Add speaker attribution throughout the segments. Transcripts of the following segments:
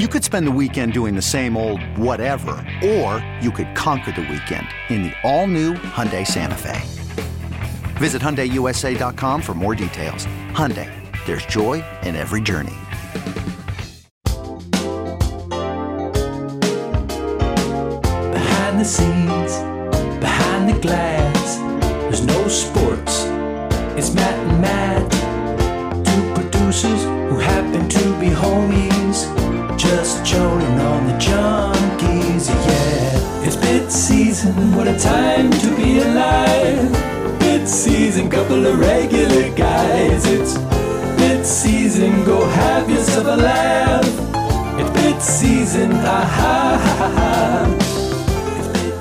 Speaker 1: You could spend the weekend doing the same old whatever, or you could conquer the weekend in the all-new Hyundai Santa Fe. Visit HyundaiUSA.com for more details. Hyundai, there's joy in every journey.
Speaker 2: Behind the scenes, behind the glass, there's no sports. It's Matt and Matt, two producers who happen to be homies, just joning on the junkies. Yeah, it's bit season. What a time to be alive! Bit season, couple of regular guys. It's bit season. Go have yourself a laugh. It's bit season. Ah ha ha ha. ha. It's bit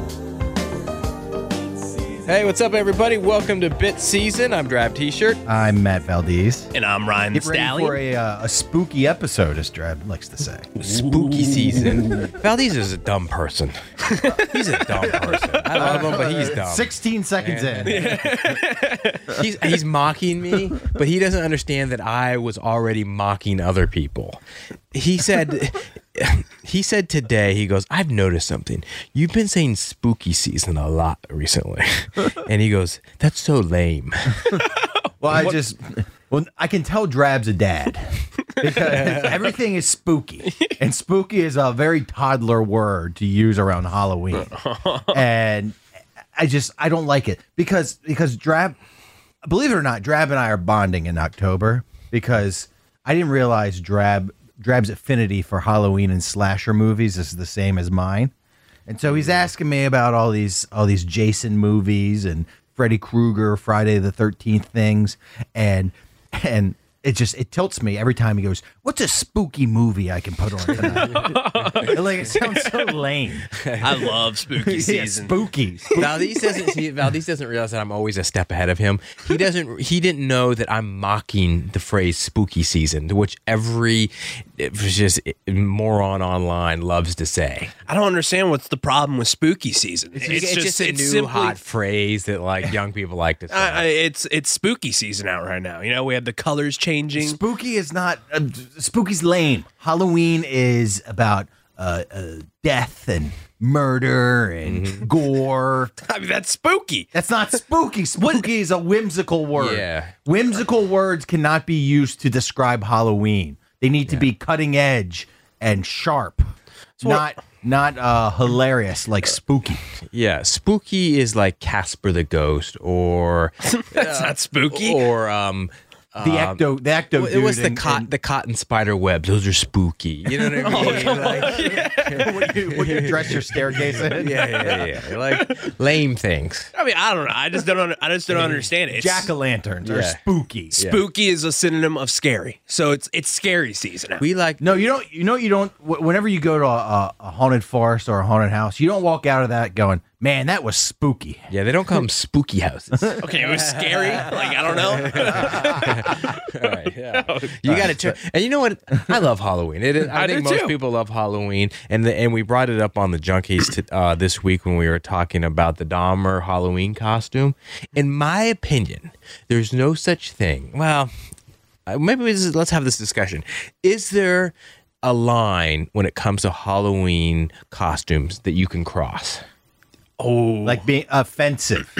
Speaker 2: season. Bit season.
Speaker 3: Hey, what's up, everybody? Welcome to Bit Season. I'm Drive T-shirt.
Speaker 4: I'm Matt Valdez.
Speaker 5: And I'm Ryan the
Speaker 4: Get ready
Speaker 5: Stallion.
Speaker 4: for a, uh, a spooky episode, as Drab likes to say.
Speaker 3: Spooky season.
Speaker 5: Valdez is a dumb person. he's a dumb person. I love him, but he's dumb.
Speaker 4: 16 seconds in.
Speaker 5: He's, he's mocking me, but he doesn't understand that I was already mocking other people. He said, he said today, he goes, I've noticed something. You've been saying spooky season a lot recently. And he goes, that's so lame.
Speaker 4: Well, I just, well, I can tell Drab's a dad because everything is spooky. And spooky is a very toddler word to use around Halloween. And I just, I don't like it because, because Drab, believe it or not, Drab and I are bonding in October because I didn't realize Drab Drab's affinity for Halloween and slasher movies is the same as mine. And so he's asking me about all these all these Jason movies and Freddy Krueger, Friday the 13th things and and it just it tilts me every time he goes, "What's a spooky movie I can put on?" tonight?" like it sounds so lame.
Speaker 6: I love spooky
Speaker 4: Yeah,
Speaker 6: season.
Speaker 4: spooky.
Speaker 5: Valdez doesn't see, Valdez doesn't realize that I'm always a step ahead of him. He doesn't. He didn't know that I'm mocking the phrase "spooky season," which every it was just moron online loves to say.
Speaker 6: I don't understand what's the problem with spooky season. It's,
Speaker 5: a
Speaker 6: it's
Speaker 5: new
Speaker 6: simply-
Speaker 5: hot phrase that like young people like to say.
Speaker 6: I- I- it's it's spooky season out right now. You know, we have the colors changing.
Speaker 4: Spooky is not uh, spooky's lame. Halloween is about uh, uh, death and murder and
Speaker 5: Mm-hmm.
Speaker 4: gore.
Speaker 6: I mean, that's spooky.
Speaker 4: That's not spooky. Spooky is a whimsical word.
Speaker 5: Yeah.
Speaker 4: Whimsical words cannot be used to describe Halloween. They need to be cutting edge and sharp. not not uh hilarious like spooky.
Speaker 5: yeah, spooky is like Casper the Ghost or
Speaker 6: That's not spooky.
Speaker 4: Oh.
Speaker 5: or um.
Speaker 4: The ecto the ecto
Speaker 5: It was
Speaker 4: dude
Speaker 5: the
Speaker 4: and-
Speaker 5: cotton, the cotton spider webs. Those are spooky. You know what I
Speaker 6: Oh,
Speaker 5: mean?
Speaker 4: and- when you, when you dress your staircase in.
Speaker 5: yeah, yeah, yeah, yeah. Like lame things.
Speaker 6: I mean, I don't know. I just don't. under- I just don't understand it. It's-
Speaker 4: Jack-o'-lanterns are
Speaker 5: Yeah.
Speaker 4: spooky.
Speaker 6: spooky is a synonym of scary. So it's it's scary season. Out.
Speaker 5: We like
Speaker 4: No, you don't. You know, you don't. wh- Whenever you go to a, a haunted forest or a haunted house, you don't walk out of that going, "Man, that was spooky."
Speaker 5: Yeah, they don't call them spooky houses. All
Speaker 6: okay, it was scary. Like I don't know.
Speaker 5: right, yeah. You got to turn. And you know what? I love Halloween. It is, I,
Speaker 6: I
Speaker 5: think
Speaker 6: do
Speaker 5: most
Speaker 6: too.
Speaker 5: people love Halloween, and the, and we brought it up on the Junkies t- uh, this week when we were talking about the Dahmer Halloween costume. In my opinion, there's no such thing. Well, uh, maybe this is, let's have this discussion. Is there a line when it comes to Halloween costumes that you can cross?
Speaker 4: Like being offensive.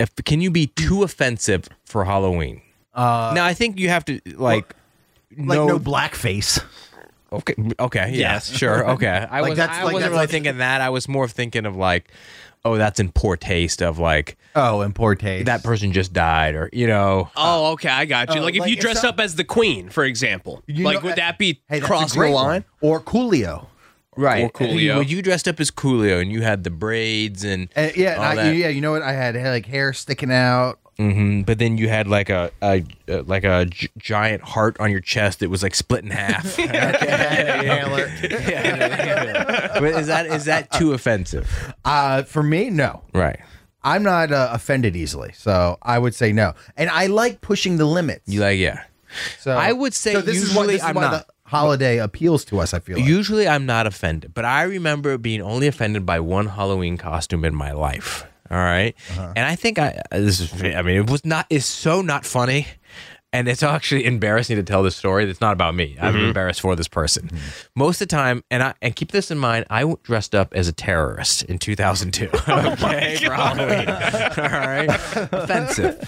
Speaker 5: if can you be too offensive for Halloween? Uh, now I think you have to like.
Speaker 4: like
Speaker 5: know-
Speaker 4: no, blackface.
Speaker 5: Okay. Okay. Yeah,
Speaker 6: Yes.
Speaker 5: Sure. Okay. I
Speaker 4: Like
Speaker 5: was.
Speaker 4: that's-
Speaker 5: I
Speaker 4: like
Speaker 5: wasn't
Speaker 4: that's
Speaker 5: really
Speaker 4: like-
Speaker 5: thinking that. I was more thinking of like, oh, that's in poor taste. Of like
Speaker 4: Oh, and poor taste.
Speaker 5: that person just died, or you know,
Speaker 6: Oh, okay, I got you.
Speaker 4: Oh,
Speaker 6: like if
Speaker 4: like
Speaker 6: you
Speaker 4: if
Speaker 6: dress
Speaker 4: some-
Speaker 6: up as the queen, for example,
Speaker 4: You
Speaker 6: like
Speaker 4: know, uh,
Speaker 6: would
Speaker 4: I-
Speaker 6: that be
Speaker 4: hey, that's a
Speaker 6: crossing the
Speaker 4: great
Speaker 6: line?
Speaker 4: one. or Coolio.
Speaker 5: right?
Speaker 6: Or Coolio.
Speaker 5: Well, you dressed up as Coolio, and you had the braids and
Speaker 4: And, Uh, yeah, and
Speaker 5: all
Speaker 4: I,
Speaker 5: Oh, that.
Speaker 4: yeah. You know what? I had like hair sticking out.
Speaker 5: Mm, But then you had like a, a uh, like a gi- giant heart on your chest that was like split in half. But is that is that too offensive?
Speaker 4: Uh, for me, no.
Speaker 5: Right.
Speaker 4: I'm not uh, offended easily, so I would say no. And I like pushing the limits.
Speaker 5: You like yeah.
Speaker 4: so
Speaker 5: I would say
Speaker 4: so this is why,
Speaker 5: usually
Speaker 4: this is
Speaker 5: I'm
Speaker 4: why
Speaker 5: not.
Speaker 4: the holiday appeals to us. I feel like.
Speaker 5: Usually I'm not offended, but I remember being only offended by one Halloween costume in my life. All right? and I think I uh, this is I mean it was not it's so not funny. And it's actually embarrassing to tell this story. That's not about me. I'm embarrassed for this person. Most of the time, and I and keep this in mind. I dressed up as a terrorist in 2002. okay, for Halloween. All right, offensive.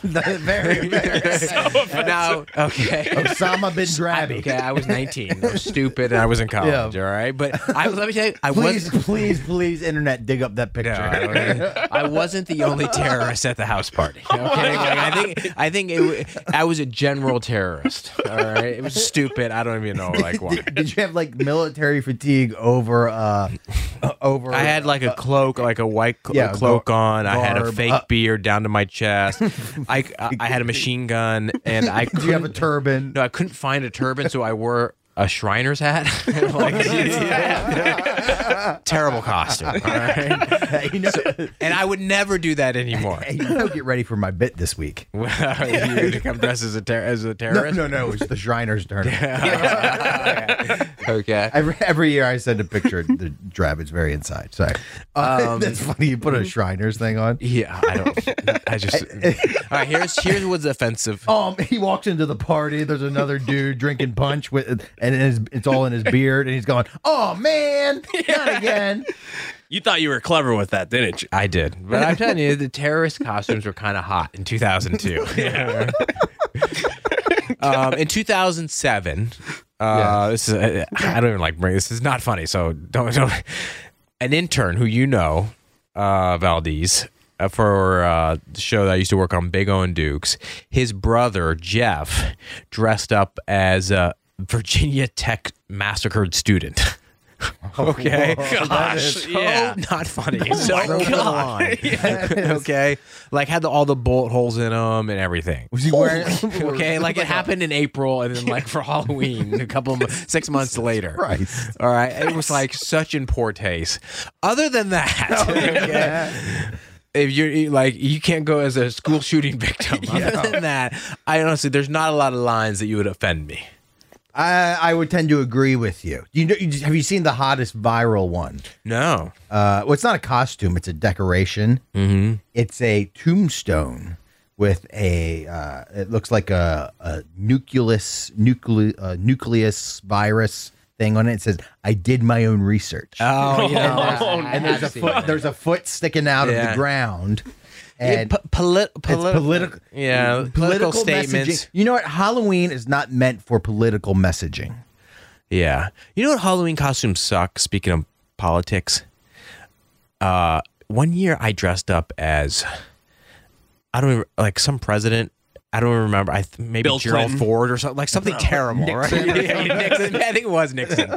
Speaker 4: very, very
Speaker 5: Now, okay,
Speaker 4: Osama bin Drabi.
Speaker 5: Okay, I was 19. I was stupid, and I was in college.
Speaker 4: Yeah.
Speaker 5: All right, but I was. Let me tell you, I
Speaker 4: Please,
Speaker 5: was.
Speaker 4: please, please, internet, dig up that picture.
Speaker 5: No, I, don't- I wasn't the only terrorist at the house party.
Speaker 4: Oh
Speaker 5: Okay, like, I think I think it, w- I was a general terrorist. All right, it was stupid. I don't even know like why.
Speaker 4: did, did you have like military fatigue over uh uh, over
Speaker 5: I had like a cloak, like a white cl-
Speaker 4: Yeah,
Speaker 5: cloak
Speaker 4: gar-
Speaker 5: on. I had a
Speaker 4: garb,
Speaker 5: fake
Speaker 4: uh,
Speaker 5: beard down to my chest. I, I I had a machine gun, and I
Speaker 4: do you have a
Speaker 5: couldn't-
Speaker 4: turban?
Speaker 5: No, I couldn't find a turban, so I wore a Shriner's hat. Like, Terrible costume. all right?
Speaker 4: you know,
Speaker 5: And I would never do that anymore.
Speaker 4: hey, you know, get ready for my bit this week.
Speaker 5: Well, You're going to come dressed as a, ter- as a
Speaker 4: No,
Speaker 5: terrorist?
Speaker 4: no, no, it's the Shriners' turn.
Speaker 5: Okay.
Speaker 4: Every, every year I send a picture. The drab is very inside. Sorry, uh, that's funny. You put a Shriners thing on.
Speaker 5: Um, Yeah, I don't. I just. all right, here's here's what's offensive.
Speaker 4: Um, he walks into the party. There's another dude drinking punch with, and it's, it's all in his beard, and he's going, "Oh man, not again."
Speaker 6: You thought you were clever with that, didn't you?
Speaker 5: I did, but I'm telling you, the terrorist costumes were kind of hot in 2002. um, in 2007, uh, this is uh, I don't even like bring this is not funny, so don't don't. An intern who you know, uh, Valdez. uh, For uh, the show that I used to work on, Big O and Dukes, his brother Jeff dressed up as a Virginia Tech massacred student. okay,
Speaker 6: Gosh, yeah.
Speaker 5: so not funny. so
Speaker 6: my
Speaker 5: over the
Speaker 6: God.
Speaker 5: line. okay, like had the, all the bullet holes in them and everything.
Speaker 4: Was he wearing?
Speaker 5: Okay, like it happened in April, and then like for Halloween, a couple of six months later.
Speaker 4: Christ.
Speaker 5: All right, it was like such in poor taste. Other than that, okay, if you're you- like you can't go as a school shooting victim. Other than that, I honestly, there's not a lot of lines that you would offend me.
Speaker 4: I, I would tend to agree with you. You know, you- have you seen the hottest viral one?
Speaker 5: No,
Speaker 4: Uh, well, it's not a costume; it's a decoration. Mm-hmm. It's a tombstone with a. Uh, it looks like a, a nucleus nucle, uh, nucleus virus thing on it. It says, "I did my own research."
Speaker 5: oh yeah, Oh,
Speaker 4: and there's a foot. There's a foot sticking out of
Speaker 5: Yeah.
Speaker 4: the ground. And
Speaker 5: political,
Speaker 4: it's political.
Speaker 5: yeah, political, statements.
Speaker 4: messaging. You know what? Halloween is not meant for political messaging.
Speaker 5: Yeah. You know what Halloween costumes suck? Speaking of politics, uh, one year I dressed up as I don't remember, like some president. I don't remember. I th- maybe
Speaker 6: Bill
Speaker 5: Gerald
Speaker 6: Clinton.
Speaker 5: Ford or something like something terrible, right? Yeah, Nixon. I think it was Nixon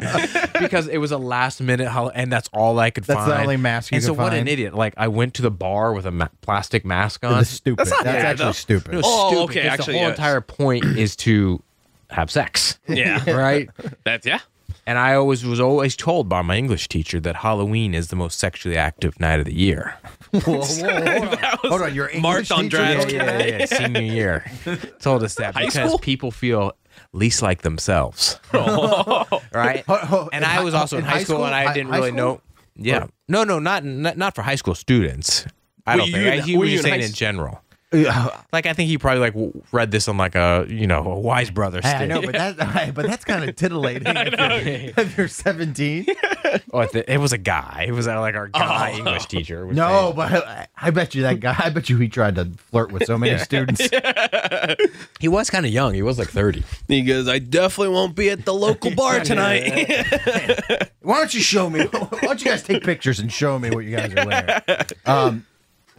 Speaker 5: because it was a last minute hol- and that's all I could
Speaker 4: That's
Speaker 5: find.
Speaker 4: the only mask you
Speaker 5: and so
Speaker 4: could
Speaker 5: what an
Speaker 4: find.
Speaker 5: idiot! Like I went to the bar with a ma- plastic mask on.
Speaker 4: That's stupid. That's,
Speaker 6: fair,
Speaker 4: actually
Speaker 6: though.
Speaker 4: stupid.
Speaker 5: It was
Speaker 6: Oh,
Speaker 5: stupid
Speaker 6: okay,
Speaker 5: because
Speaker 6: actually,
Speaker 5: the whole
Speaker 6: yes.
Speaker 5: entire point is to have sex,
Speaker 6: Yeah,
Speaker 5: right?
Speaker 6: that's yeah.
Speaker 5: And I always was always told by my English teacher that Halloween is the most sexually active night of the year.
Speaker 4: Whoa, whoa, hold, on. hold on, your English
Speaker 6: marked on
Speaker 4: teacher
Speaker 6: draft.
Speaker 4: told you
Speaker 5: yeah, yeah. Senior year told us that
Speaker 6: High
Speaker 5: because
Speaker 6: school?
Speaker 5: people feel least like themselves,
Speaker 6: Oh.
Speaker 5: right?
Speaker 4: Ho- ho-
Speaker 5: and
Speaker 4: in
Speaker 5: I was
Speaker 4: hi-
Speaker 5: also in
Speaker 4: in
Speaker 5: high
Speaker 4: high
Speaker 5: school,
Speaker 4: school?
Speaker 5: and I
Speaker 4: Hi-
Speaker 5: didn't
Speaker 4: high
Speaker 5: really
Speaker 4: school?
Speaker 5: know. Yeah, no, no, not not, not for high school students. I
Speaker 6: Were
Speaker 5: don't
Speaker 6: you
Speaker 5: think.
Speaker 6: in-
Speaker 5: I he
Speaker 6: were
Speaker 5: was
Speaker 6: you in
Speaker 5: saying
Speaker 6: high
Speaker 5: in
Speaker 6: s-
Speaker 5: general.
Speaker 4: Uh,
Speaker 5: Like I think he probably like w- read this on like a you know a wise brother.
Speaker 4: Hey, I
Speaker 5: stick.
Speaker 4: know, but that, but that's kind of titillating. if, you're, if you're 17,
Speaker 5: Oh, I thi- it was a guy. It was uh, like our guy English teacher. was saying-
Speaker 4: no, but I, I bet you that guy. I bet you he tried to flirt with so many students.
Speaker 5: he was kind of young. He was like thirty.
Speaker 6: He goes, I definitely won't be at the local bar tonight.
Speaker 4: Why don't you show me? Why don't you guys take pictures and show me what you guys are wearing?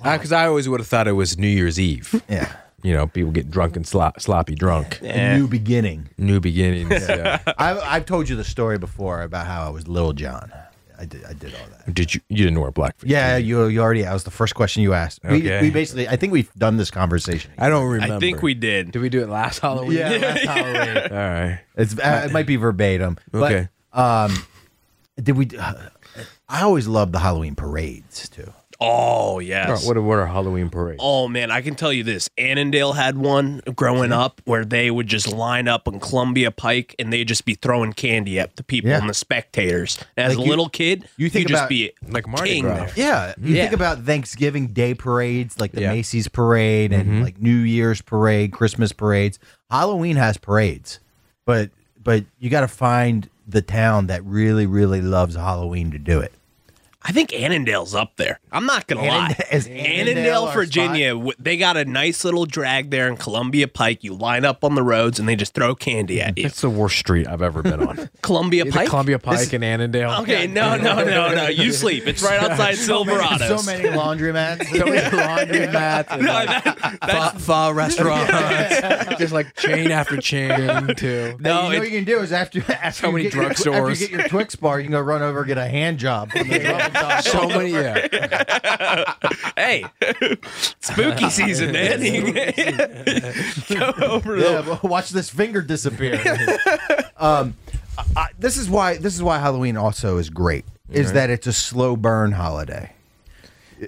Speaker 5: Because Uh, I always would have thought it was New Year's Eve.
Speaker 4: Yeah,
Speaker 5: You know, people get drunk and slop, sloppy drunk.
Speaker 4: A new beginning.
Speaker 5: New beginnings. Yeah.
Speaker 4: I've, I've told you the story before about how I was Little John. I did. I did all that.
Speaker 5: Did you? You didn't wear black? for-
Speaker 4: Yeah, you you already. That was the first question you asked. We,
Speaker 5: Okay.
Speaker 4: we basically. I think we've done this conversation.
Speaker 5: I don't remember.
Speaker 6: I think we did.
Speaker 3: Did we do it last Halloween?
Speaker 4: yeah, that's Halloween.
Speaker 5: All right.
Speaker 4: It's uh, it might be verbatim. But,
Speaker 5: Okay.
Speaker 4: Um, did we? uh, I always loved the Halloween parades too.
Speaker 6: Oh
Speaker 5: All
Speaker 6: yes.
Speaker 5: right, what what are Halloween parades?
Speaker 6: Oh man, I can tell you this. Annandale had one growing up where they would just line up on Columbia Pike and they'd just be throwing candy at the people
Speaker 4: Yeah.
Speaker 6: and the spectators. And as
Speaker 4: Like
Speaker 6: a
Speaker 4: you-
Speaker 6: little kid,
Speaker 4: you think
Speaker 6: you'd just
Speaker 4: about-
Speaker 6: be
Speaker 5: Like
Speaker 6: like
Speaker 5: Mardi
Speaker 6: king
Speaker 5: Gras.
Speaker 6: there.
Speaker 4: Yeah, you
Speaker 6: Yeah.
Speaker 4: think about Thanksgiving Day parades, like the
Speaker 5: Yeah. Mm-hmm.
Speaker 4: Macy's parade and like New Year's parade, Christmas parades. Halloween has parades, but but you got to find the town that really really loves Halloween to do it.
Speaker 6: I think Annandale's up there. I'm not gonna lie.
Speaker 4: Annand- is Annandale
Speaker 6: Annandale,
Speaker 4: our
Speaker 6: Virginia, w- they got a nice little drag there in Columbia Pike. You line up on the roads and they just throw candy at you.
Speaker 5: It's the worst street I've ever been on.
Speaker 6: Columbia
Speaker 5: Either
Speaker 6: Pike.
Speaker 5: Columbia Pike and Annandale.
Speaker 6: Okay, no, no, no, no. You sleep. It's right outside Silverado's.
Speaker 4: So many laundromats.
Speaker 5: So many laundromats and
Speaker 6: No,
Speaker 5: like
Speaker 6: that-
Speaker 5: fa- pho restaurants, just like chain after chain too.
Speaker 6: no,
Speaker 4: you know
Speaker 6: it-
Speaker 4: what you can do is after after you
Speaker 5: many
Speaker 4: get your-
Speaker 5: drugstores.
Speaker 4: After you get your Twix bar, you can go run over and get a hand job. from the drug dog.
Speaker 5: So many, yeah.
Speaker 6: hey, spooky season, man. Go over
Speaker 4: Yeah,
Speaker 6: the-
Speaker 4: well, watch this finger disappear. um, I- I, this is why this is why Halloween also is great. Is that it's a slow burn holiday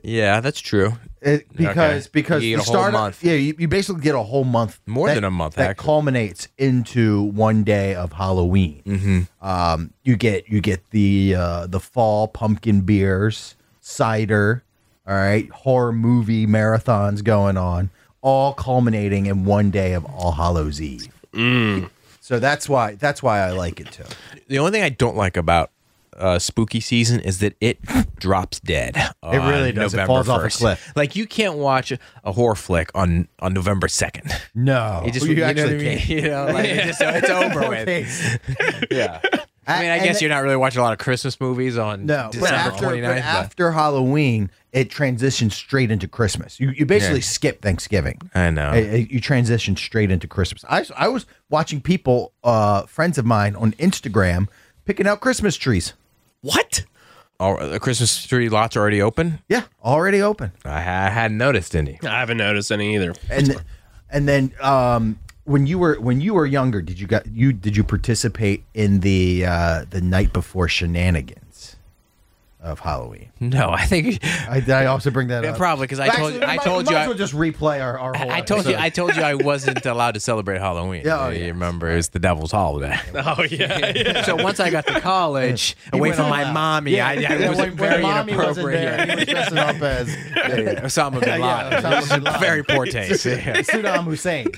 Speaker 5: Yeah, that's true.
Speaker 4: It- because
Speaker 5: Okay.
Speaker 4: because
Speaker 5: You get
Speaker 4: the
Speaker 5: a whole
Speaker 4: start of-
Speaker 5: month.
Speaker 4: yeah you, you basically get a whole month
Speaker 5: More
Speaker 4: that-
Speaker 5: than a month,
Speaker 4: that
Speaker 5: actually.
Speaker 4: culminates into one day of Halloween.
Speaker 5: Mm-hmm.
Speaker 4: Um, you get you get the uh, the fall pumpkin beers, cider, all right, horror movie marathons going on, all culminating in one day of All Hallows Eve.
Speaker 5: Mm.
Speaker 4: So that's why that's why I like it too.
Speaker 5: The only thing I don't like about uh, spooky season is that it drops dead. It
Speaker 4: really does. It falls off a cliff.
Speaker 5: Like you can't watch a horror flick on on November second.
Speaker 4: No,
Speaker 5: It just
Speaker 4: Oh, you,
Speaker 5: you, know what
Speaker 4: actually
Speaker 5: I mean?
Speaker 4: can't.
Speaker 5: You know, like, it just- it's over with.
Speaker 4: Okay.
Speaker 5: Yeah. I mean, I
Speaker 4: And
Speaker 5: guess
Speaker 4: the-
Speaker 5: you're not really watching a lot of Christmas movies on
Speaker 4: No, but
Speaker 5: December
Speaker 4: after, but
Speaker 5: 29th. but-
Speaker 4: after Halloween, it transitions straight into Christmas. You, you basically
Speaker 5: Yeah.
Speaker 4: skip Thanksgiving.
Speaker 5: I know.
Speaker 4: Uh, uh, you transition straight into Christmas. I, I was watching people, uh, friends of mine on Instagram, picking out Christmas trees.
Speaker 6: what?
Speaker 5: All, the Christmas tree lots are already open.
Speaker 4: Yeah, already open.
Speaker 5: I, ha- I hadn't noticed any.
Speaker 6: I haven't noticed any either.
Speaker 4: And th- and then um, when you were when you were younger, did you got you did you participate in the uh, the night before shenanigans of Halloween?
Speaker 5: No, I think
Speaker 4: I, did I also bring that
Speaker 5: Yeah,
Speaker 4: up?
Speaker 5: probably, 'cause I
Speaker 4: Well,
Speaker 5: told-
Speaker 4: actually, we
Speaker 5: I
Speaker 4: might-
Speaker 5: told
Speaker 4: might
Speaker 5: you
Speaker 4: as
Speaker 5: I-
Speaker 4: well just replay our, our whole
Speaker 5: I told you I told you I wasn't allowed to celebrate Halloween.
Speaker 4: Oh, Yeah, oh,
Speaker 5: you
Speaker 4: yeah.
Speaker 5: remember it was the devil's holiday.
Speaker 6: Oh yeah, yeah.
Speaker 5: so once I got to college, away
Speaker 4: went
Speaker 5: from
Speaker 4: on
Speaker 5: my
Speaker 4: a-
Speaker 5: mommy, I, I was very inappropriate.
Speaker 4: he was dressing up as
Speaker 5: Osama bin
Speaker 4: Yeah,
Speaker 5: Laden.
Speaker 4: Osama bin Laden.
Speaker 5: Very poor taste. Yeah.
Speaker 4: Saddam Hussein.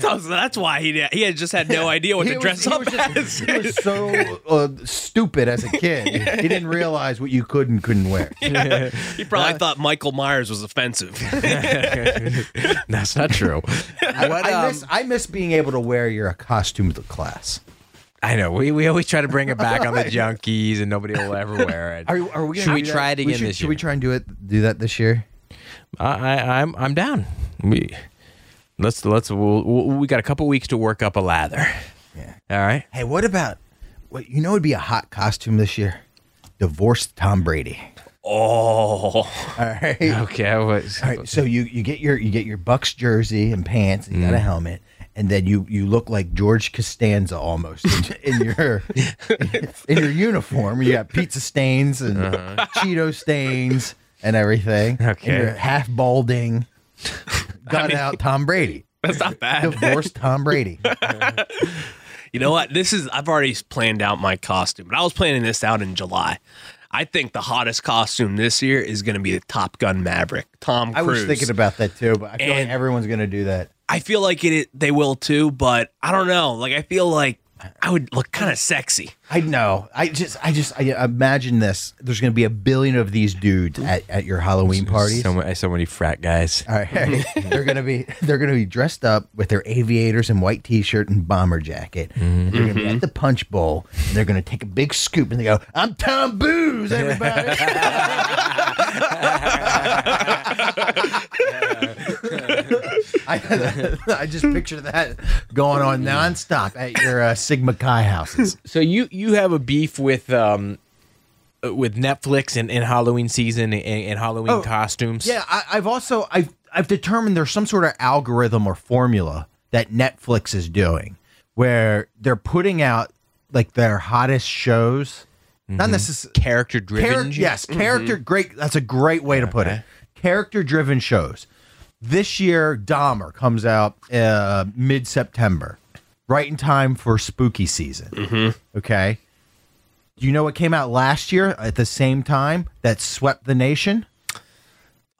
Speaker 6: So that's why he he had just had no idea what to dress
Speaker 4: he
Speaker 6: up
Speaker 4: was
Speaker 6: as.
Speaker 4: just- he was so uh, stupid as a kid. He didn't realize what you could and couldn't wear.
Speaker 6: He probably thought Michael Myers was offensive.
Speaker 5: That's not true.
Speaker 4: I,
Speaker 5: What,
Speaker 4: I
Speaker 5: um,
Speaker 4: miss I miss being able to wear your costume to class.
Speaker 5: I know. We, we always try to bring it back on the junkies, and nobody will ever wear it. Should we try it again
Speaker 4: should,
Speaker 5: this
Speaker 4: should
Speaker 5: year?
Speaker 4: we try and do it? Do that this year?
Speaker 5: I, I I'm I'm down. We let's let's we'll, we we got a couple weeks to work up a lather.
Speaker 4: Yeah.
Speaker 5: All right.
Speaker 4: Hey, what about what you know? Would be a hot costume this year. Divorced Tom Brady.
Speaker 6: oh,
Speaker 4: All right.
Speaker 5: Okay. I was,
Speaker 4: All right, so you you get your you get your Bucks jersey and pants, and you
Speaker 5: Mm.
Speaker 4: got a helmet, and then you you look like George Costanza almost in, in your in your uniform. You got pizza stains and Cheeto stains and everything.
Speaker 5: Uh-huh. Okay.
Speaker 4: and you're half balding, got out Tom Brady,
Speaker 6: that's not bad.
Speaker 4: divorced Tom Brady.
Speaker 6: You know what? This is I've already planned out my costume, but I was planning this out in July. I think the hottest costume this year is going to be the Top Gun Maverick, Tom Cruise.
Speaker 4: I was thinking about that too, but I feel like
Speaker 6: And-
Speaker 4: everyone's gonna do that.
Speaker 6: I feel like it, they will too, but I don't know. Like I feel like I would look kind of sexy.
Speaker 4: I know. I just, I just, I imagine this. There's going to be a billion of these dudes at, at your Halloween parties.
Speaker 5: So, ma- so many frat guys.
Speaker 4: All right. they're gonna be they're gonna be dressed up with their aviators and white t-shirt and bomber jacket. And they're gonna be at the punch bowl. And they're gonna take a big scoop and they go, "I'm Tom Booze, everybody." I, I just picture that going on nonstop at your uh, Sigma Chi houses.
Speaker 5: So you you have a beef with um with Netflix and, and Halloween season and, and Halloween
Speaker 4: Oh,
Speaker 5: costumes.
Speaker 4: Yeah, I, I've also I've I've determined there's some sort of algorithm or formula that Netflix is doing where they're putting out like their hottest shows, not necessarily
Speaker 5: character driven.
Speaker 4: yes, character great. That's a great way to put it. Character driven shows. This year, Dahmer comes out uh, mid September, right in time for spooky season. Okay. Do you know what came out last year at the same time that swept the nation?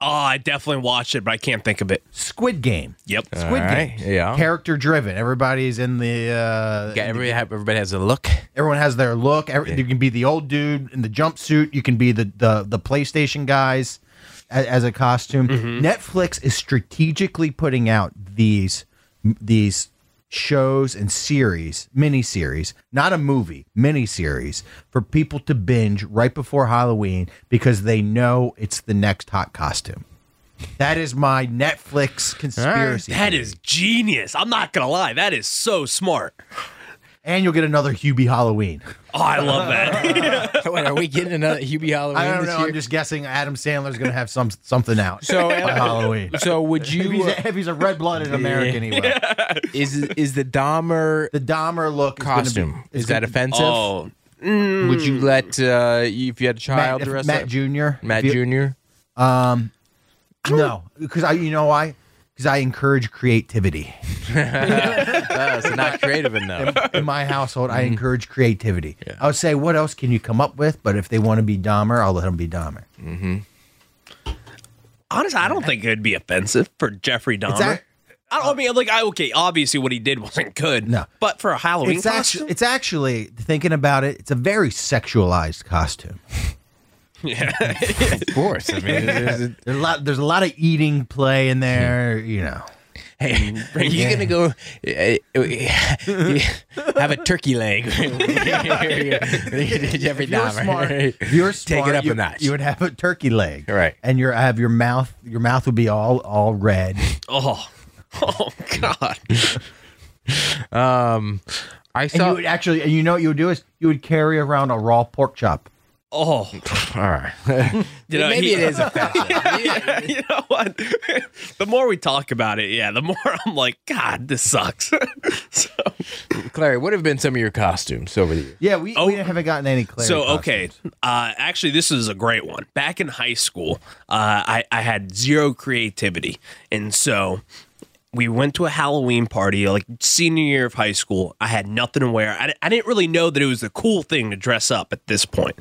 Speaker 6: Oh, I definitely watched it, but I can't think of it.
Speaker 4: Squid Game.
Speaker 6: Yep.
Speaker 4: Squid
Speaker 5: right,
Speaker 4: Game.
Speaker 5: yeah.
Speaker 4: Character driven. Everybody's in the. Uh,
Speaker 5: Yeah, everybody, ha- everybody has a look.
Speaker 4: everyone has their look. Every, You can be the old dude in the jumpsuit. You can be the the, the PlayStation guys as, as a costume.
Speaker 5: Mm-hmm.
Speaker 4: Netflix is strategically putting out these these shows and series, miniseries, not a movie, miniseries for people to binge right before Halloween because they know it's the next hot costume. That is my Netflix conspiracy.
Speaker 6: That is genius. I'm not gonna lie. That is so smart.
Speaker 4: and you'll get another Hubie Halloween.
Speaker 6: Oh, I love that.
Speaker 5: Wait, are we getting another Hubie Halloween
Speaker 4: I don't
Speaker 5: this
Speaker 4: know.
Speaker 5: year?
Speaker 4: I'm just guessing. Adam Sandler's gonna have some something out.
Speaker 5: So, uh,
Speaker 4: by Halloween.
Speaker 5: so would
Speaker 4: if,
Speaker 5: you?
Speaker 4: he's
Speaker 5: uh,
Speaker 4: a, if he's a red-blooded American, he will.
Speaker 5: is is the Dahmer
Speaker 4: The Dahmer look is gonna be-
Speaker 5: costume
Speaker 4: is
Speaker 5: is that
Speaker 4: gonna be-
Speaker 5: offensive?
Speaker 6: oh,
Speaker 5: Would you let uh, if you had a
Speaker 4: Matt,
Speaker 5: child
Speaker 4: if-
Speaker 5: dress
Speaker 4: Matt
Speaker 5: up?
Speaker 4: Junior.
Speaker 5: Matt Junior.
Speaker 4: No, because I. You know why? Because I encourage creativity
Speaker 5: That's Oh, not creative enough.
Speaker 4: in my household. I
Speaker 5: Mm-hmm.
Speaker 4: encourage creativity. I would say, what else can you come up with? But if they want to be Dahmer, I'll let them be Dahmer.
Speaker 6: honestly, I don't think it would be offensive for Jeffrey Dahmer.
Speaker 4: act-
Speaker 6: I don't I mean like I okay. Obviously, what he did wasn't good.
Speaker 4: No.
Speaker 6: but for a Halloween
Speaker 4: It's
Speaker 6: costume,
Speaker 4: actually, it's actually thinking about it. It's a very sexualized costume.
Speaker 5: Of course. I mean, it's- it's-
Speaker 4: There's a lot. There's a lot of eating play in there. You know.
Speaker 5: hey, are you gonna go uh, uh, have a turkey leg? Jeffrey
Speaker 4: if you're
Speaker 5: Dahmer.
Speaker 4: smart, if you're smart,
Speaker 5: Take it up
Speaker 4: you,
Speaker 5: a notch.
Speaker 4: You would have a turkey leg,
Speaker 5: Right.
Speaker 4: And your have your mouth. Your mouth would be all all red.
Speaker 6: oh, oh god.
Speaker 5: um, I
Speaker 4: And you
Speaker 5: saw.
Speaker 4: would actually, and you know what you would do is you would carry around a raw pork chop.
Speaker 6: Oh,
Speaker 5: all right.
Speaker 6: you know,
Speaker 5: Maybe
Speaker 6: he-
Speaker 5: it is offensive.
Speaker 6: Yeah, you know what? the more we talk about it, yeah, the more I'm like, God, this sucks. so,
Speaker 5: Clary, what have been some of your costumes over the years?
Speaker 4: Yeah, we,
Speaker 6: Oh.
Speaker 4: we haven't gotten any clarity.
Speaker 6: so okay. Uh, actually, this is a great one. Back in high school, uh, I, I had zero creativity. And so we went to a Halloween party, like senior year of high school. I had nothing to wear. I, di- I didn't really know that it was the cool thing to dress up at this point.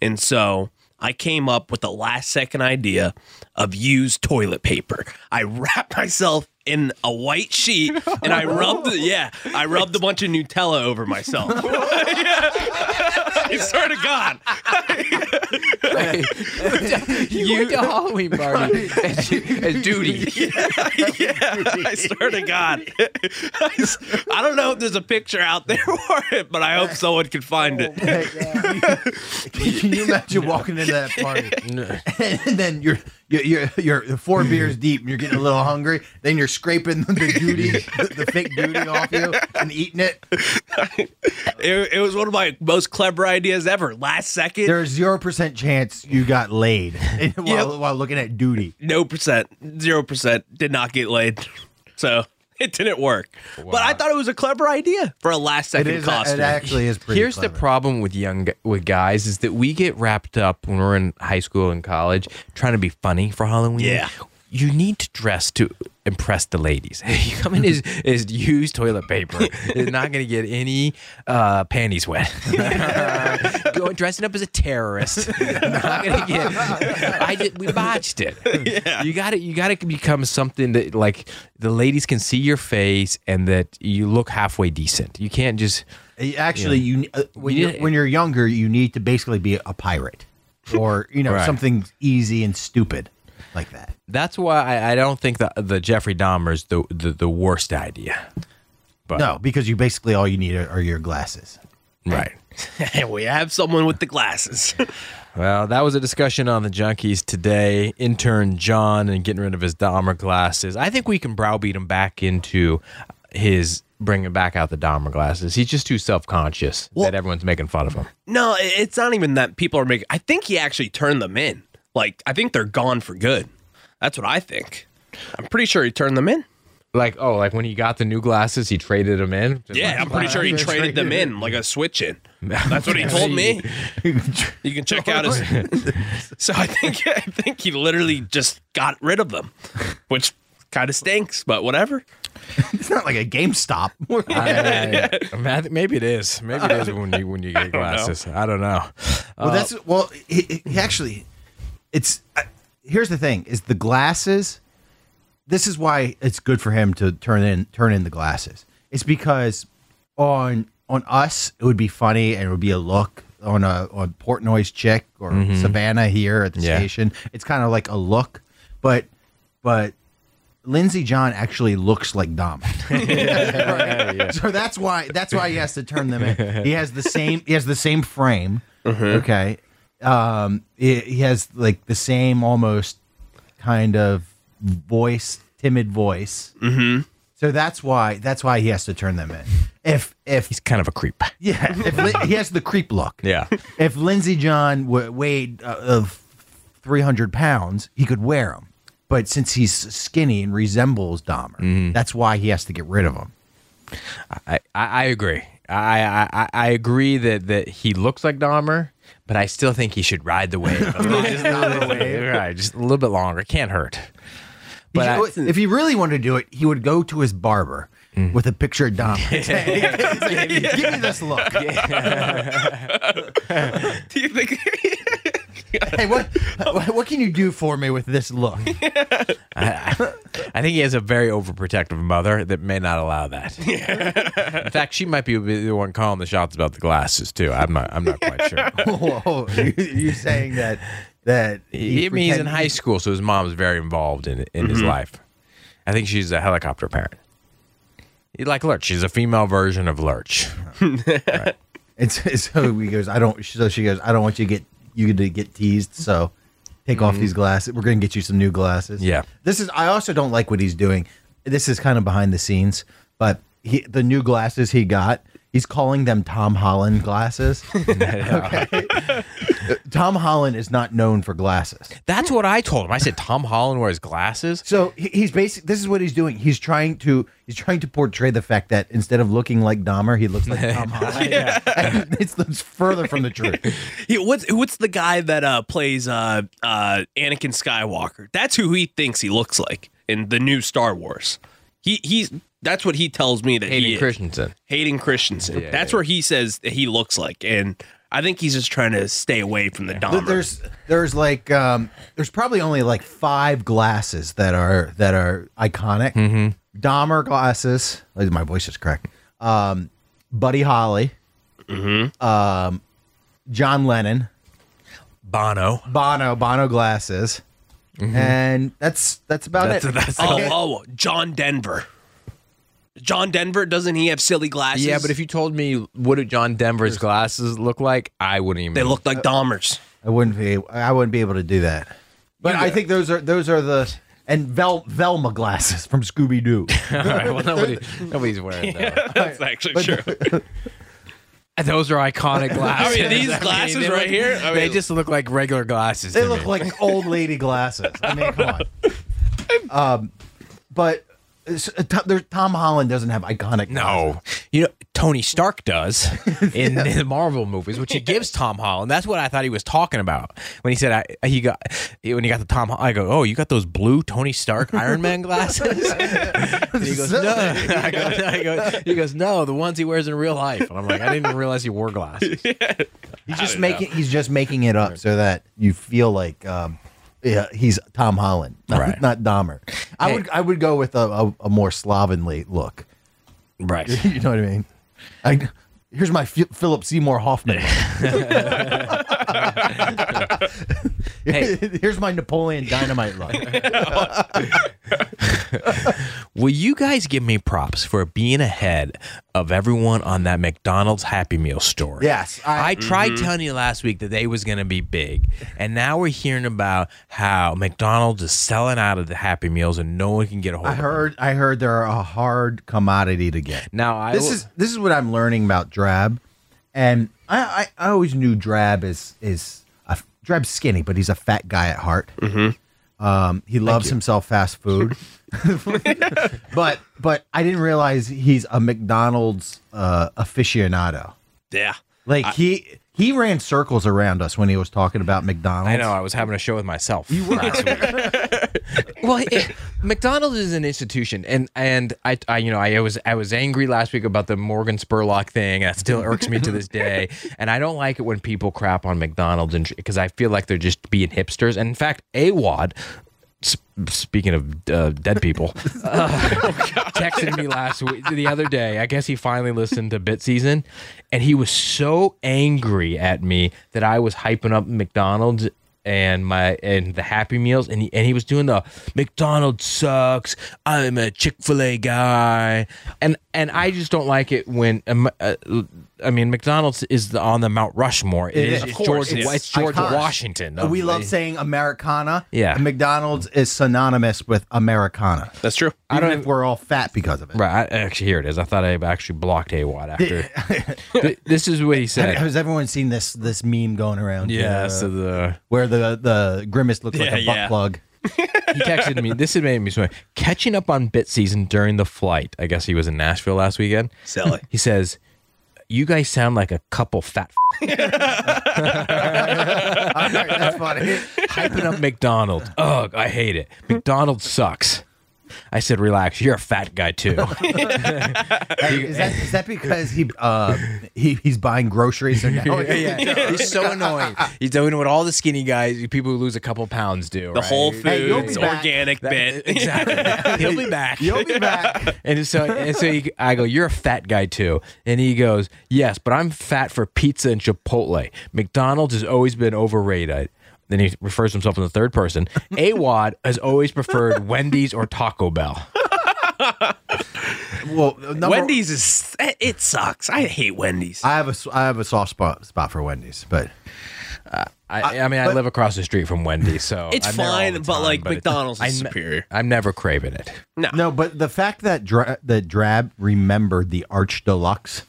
Speaker 6: And so I came up with the last second idea of used toilet paper. I wrapped myself in a white sheet and I rubbed, yeah, I rubbed a bunch of Nutella over myself. yeah. I swear to God.
Speaker 5: you went to Halloween party as, as duty.
Speaker 6: yeah, I swear to God. I, s- I don't know if there's a picture out there for it, but I hope someone can find
Speaker 4: Oh,
Speaker 6: it.
Speaker 4: Can you imagine walking into that party and then you're you're you're, you're four beers deep and you're getting a little hungry? Then you're scraping the duty, the, the fake duty off you and eating it.
Speaker 6: it. It was one of my most clever ideas ever. Last second,
Speaker 4: There's zero percent chance you got laid while, while looking at duty.
Speaker 6: no percent, zero percent, did not get laid. So it didn't work. But I thought it was a clever idea for a last
Speaker 4: It
Speaker 6: second
Speaker 4: is.
Speaker 6: costume.
Speaker 4: It actually is pretty.
Speaker 5: Here's the
Speaker 4: clever.
Speaker 5: problem with young gu- with guys is that we get wrapped up when we're in high school and college trying to be funny for Halloween.
Speaker 6: Yeah.
Speaker 5: You need to dress to impress the ladies. you come in as, as used toilet paper. You're not going to get any uh, panties wet. Go, dressing up as a terrorist. You're not going to get. I did, we botched it. You got to You got to become something that like the ladies can see your face and that you look halfway decent. You can't just.
Speaker 4: You- Actually, you uh, when
Speaker 5: You
Speaker 4: you
Speaker 5: need-
Speaker 4: when you're younger, you need to basically be a pirate, or you know
Speaker 5: Right.
Speaker 4: something easy and stupid like that.
Speaker 5: That's why I, I don't think the the Jeffrey Dahmer's the, the the worst idea. But
Speaker 4: No, because you basically all you need are, are your glasses.
Speaker 5: right.
Speaker 6: And we have someone with the glasses.
Speaker 5: Well, that was a discussion on the junkies today. Intern John and getting rid of his Dahmer glasses. I think we can browbeat him back into his bringing back out the Dahmer glasses. He's just too self conscious that everyone's making fun of him.
Speaker 6: No, it- it's not even that people are making. I think he actually turned them in. Like, I think they're gone for good. That's what I think. I'm pretty sure he turned them in.
Speaker 5: Like, oh, like when he got the new glasses, he traded them in. Just
Speaker 6: Yeah,
Speaker 5: like,
Speaker 6: I'm pretty sure he traded them in like a switch in. That's what he told me. You can check out his. So I think I think he literally just got rid of them, which kind of stinks, but whatever.
Speaker 4: It's not like a GameStop.
Speaker 5: I- I think- maybe it is. Maybe it is when you when you get glasses. I don't know.
Speaker 4: Well, that's well. He, he- he actually, it's I, here's the thing: is the glasses. This is why it's good for him to turn in turn in the glasses. It's because on on us it would be funny and it would be a look on a on Portnoy's chick or Savannah here at the
Speaker 5: Yeah.
Speaker 4: station. It's kind of like a look, but but Lindsey John actually looks like Dom. So that's why that's why he has to turn them in. He has the same he has the same frame. Okay. Um he, he has like the same almost kind of voice, timid voice. Mm-hmm. So that's why that's why he has to turn them in. If if
Speaker 5: He's kind of a creep.
Speaker 4: yeah, if Lin- he has the creep look.
Speaker 5: Yeah.
Speaker 4: If Lindsey John w- weighed uh, of 300 pounds, he could wear them. But since he's skinny and resembles Dahmer,
Speaker 5: Mm-hmm.
Speaker 4: that's why he has to get rid of them.
Speaker 5: I, I, I agree. I, I, I- I agree that, that he looks like Dahmer, but I still think he should ride the wave. right, just a little bit longer. Can't hurt. But
Speaker 4: He
Speaker 5: I-
Speaker 4: should- if he really wanted to do it, he would go to his barber
Speaker 5: Mm-hmm.
Speaker 4: with a picture of Dom. It's like, Give me this look.
Speaker 6: Do you think?
Speaker 4: Hey, what what can you do for me with this look?
Speaker 5: I think he has a very overprotective mother that may not allow that. In fact, she might be the one calling the shots about the glasses too. I'm not. I'm not quite sure.
Speaker 4: Whoa, you- you're saying that that
Speaker 5: He, Mm-hmm. I mean, he's in
Speaker 4: pretend-
Speaker 5: high school, so his mom's very involved in in his life. I think she's a helicopter parent. You Like Lurch, she's a female version of Lurch.
Speaker 4: It's, it's- so he goes. I don't. So she goes. I don't want you to get you to get teased. So take off these glasses. We're gonna get you some new glasses.
Speaker 5: Yeah.
Speaker 4: This is. I also don't like what he's doing. This is kind of behind the scenes, but he the new glasses he got. He's calling them Tom Holland glasses. okay. Tom Holland is not known for glasses.
Speaker 5: That's what I told him. I said Tom Holland wears glasses.
Speaker 4: So he- he's basic. This is what he's doing. He's trying to he's trying to portray the fact that instead of looking like Dahmer, he looks like Tom Holland. And it's, it's further from the truth.
Speaker 6: Yeah, what's what's the guy that uh, plays uh, uh, Anakin Skywalker? That's who he thinks he looks like in the new Star Wars. He he's that's what he tells me that he
Speaker 5: Hayden
Speaker 6: is.
Speaker 5: Christensen.
Speaker 6: Hayden Christensen. that's where he says that he looks like, and I think he's just trying to stay away from the Dahmer.
Speaker 4: Th- There's there's like um, there's probably only like five glasses that are that are iconic.
Speaker 5: Mm-hmm.
Speaker 4: Dahmer glasses. like, My voice is cracked. Um, Buddy Holly. Um, John Lennon.
Speaker 5: Bono.
Speaker 4: Bono. Bono glasses. And that's that's about
Speaker 5: Mm-hmm. That's-
Speaker 4: it.
Speaker 5: that's-
Speaker 4: I
Speaker 6: oh,
Speaker 4: can't-
Speaker 6: oh, John Denver. John Denver doesn't he have silly glasses?
Speaker 5: Yeah, but if you told me what do John Denver's glasses look like, I wouldn't even.
Speaker 6: they look like Dahmers.
Speaker 4: I wouldn't be I wouldn't be able to do that. But I think those are those are the and Vel, Velma glasses from Scooby Doo.
Speaker 5: All right, well, nobody, nobody's wearing those.
Speaker 6: That's actually true.
Speaker 5: Those are iconic glasses.
Speaker 6: I mean, these
Speaker 5: they
Speaker 6: glasses
Speaker 5: look-
Speaker 6: right here, I
Speaker 5: they
Speaker 6: mean-
Speaker 5: just look like regular glasses.
Speaker 4: They
Speaker 5: to
Speaker 4: look
Speaker 5: me.
Speaker 4: like old lady glasses. I mean, come on. Um, but it's- uh, Tom, there- Tom Holland doesn't have iconic.
Speaker 5: No,
Speaker 4: glasses.
Speaker 5: you know Tony Stark does in, in the Marvel movies, which he gives Tom Holland. That's what I thought he was talking about when he said I, he got when he got the Tom. I go, oh, you got those blue Tony Stark Iron Man glasses? and he goes, no. I go, I go, he goes, no, the ones he wears in real life. And I'm like, I didn't even realize he wore glasses.
Speaker 4: he's just making he's just making it up so that you feel like um, yeah, he's Tom Holland, not,
Speaker 5: Right.
Speaker 4: not Dahmer. I
Speaker 5: Hey.
Speaker 4: would I would go with a, a, a more slovenly look.
Speaker 5: Right.
Speaker 4: You know what I mean? I, here's my Phi- Philip Seymour Hoffman. look. Here's my Napoleon Dynamite look.
Speaker 5: Will you guys give me props for being ahead of everyone on that McDonald's Happy Meal story?
Speaker 4: Yes, I-
Speaker 5: I, tried telling you last week that they was going to be big, and now we're hearing about how McDonald's is selling out of the Happy Meals and no one can get a hold
Speaker 4: I
Speaker 5: of them.
Speaker 4: heard. I heard they're a hard commodity to get.
Speaker 5: Now I
Speaker 4: this
Speaker 5: will-
Speaker 4: is this is what I'm learning about drab, and I I, I always knew drab is is a, drab's skinny, but he's a fat guy at heart.
Speaker 5: Mm-hmm.
Speaker 4: Um, he loves himself fast food, but but I didn't realize he's a McDonald's uh, aficionado.
Speaker 6: Yeah.
Speaker 4: Like he he ran circles around us when he was talking about McDonald's.
Speaker 5: I know I was having a show with myself. You were. Last week. well, it, McDonald's is an institution, and and I, I you know I was I was angry last week about the Morgan Spurlock thing. That still irks me to this day, and I don't like it when people crap on McDonald's and because I feel like they're just being hipsters. And in fact, Awad. sp- Speaking of uh, dead people, uh,
Speaker 4: Oh,
Speaker 5: texted me last week, the other day. I guess he finally listened to Bit Season, and he was so angry at me that I was hyping up McDonald's and my and the Happy Meals, and he, and he was doing the McDonald's sucks. I'm a Chick Fil A guy, and and I just don't like it when um, uh, I mean McDonald's is the, on the Mount Rushmore.
Speaker 4: It
Speaker 5: it
Speaker 4: is,
Speaker 5: is,
Speaker 4: of
Speaker 5: it's
Speaker 4: course,
Speaker 5: George. It's,
Speaker 4: it's
Speaker 5: George
Speaker 4: iconic.
Speaker 5: Washington. of
Speaker 4: we love
Speaker 5: the-
Speaker 4: saying Americana.
Speaker 5: Yeah.
Speaker 4: And McDonald's is synonymous with Americana.
Speaker 6: That's true.
Speaker 4: I don't know if we're all fat because of it.
Speaker 5: Right, I, actually, here it is. I thought I actually blocked AWOD after. Th- this is what he said.
Speaker 4: Has everyone seen this this meme going around?
Speaker 5: Yeah,
Speaker 4: uh,
Speaker 5: so the
Speaker 4: where the the grimace looks like
Speaker 6: Yeah,
Speaker 4: a butt
Speaker 6: yeah.
Speaker 4: plug.
Speaker 5: he texted me. This had made me sweat. Catching up on bit season during the flight. I guess he was in Nashville last weekend.
Speaker 6: Silly.
Speaker 5: He says, "You guys sound like a couple fat f-
Speaker 4: All right, that's funny.
Speaker 5: hyping up McDonald's. Ugh, I hate it. McDonald's sucks." I said, "Relax. You're a fat guy too."
Speaker 4: Hey, is that is that because he uh he, he's buying groceries? Or now
Speaker 5: Oh, He's so annoying. He's doing what all the skinny guys, people who lose a couple pounds, do.
Speaker 6: The
Speaker 5: right?
Speaker 6: Whole
Speaker 4: Hey, you'll
Speaker 6: Foods
Speaker 4: be back.
Speaker 6: organic
Speaker 5: That-
Speaker 6: bit.
Speaker 5: Exactly. He'll be back.
Speaker 4: You'll be back.
Speaker 5: And so, and so he, I go, "You're a fat guy too." And he goes, "Yes, but I'm fat for pizza and Chipotle. McDonald's has always been overrated." Then he refers to himself in the third person. Awad has always preferred Wendy's or Taco Bell.
Speaker 4: Well, number,
Speaker 6: Wendy's is it sucks. I hate Wendy's.
Speaker 4: I have a s- I have a soft spot spot for Wendy's, but
Speaker 5: I, I mean, I live across the street from Wendy's, so
Speaker 6: It's
Speaker 5: I'm there all
Speaker 6: fine,
Speaker 5: the
Speaker 6: but, like,
Speaker 5: it's-
Speaker 6: McDonald's is
Speaker 5: I ne-
Speaker 6: superior.
Speaker 5: I'm never craving it.
Speaker 4: No, but the fact that Dra- that Drab remembered the Arch Deluxe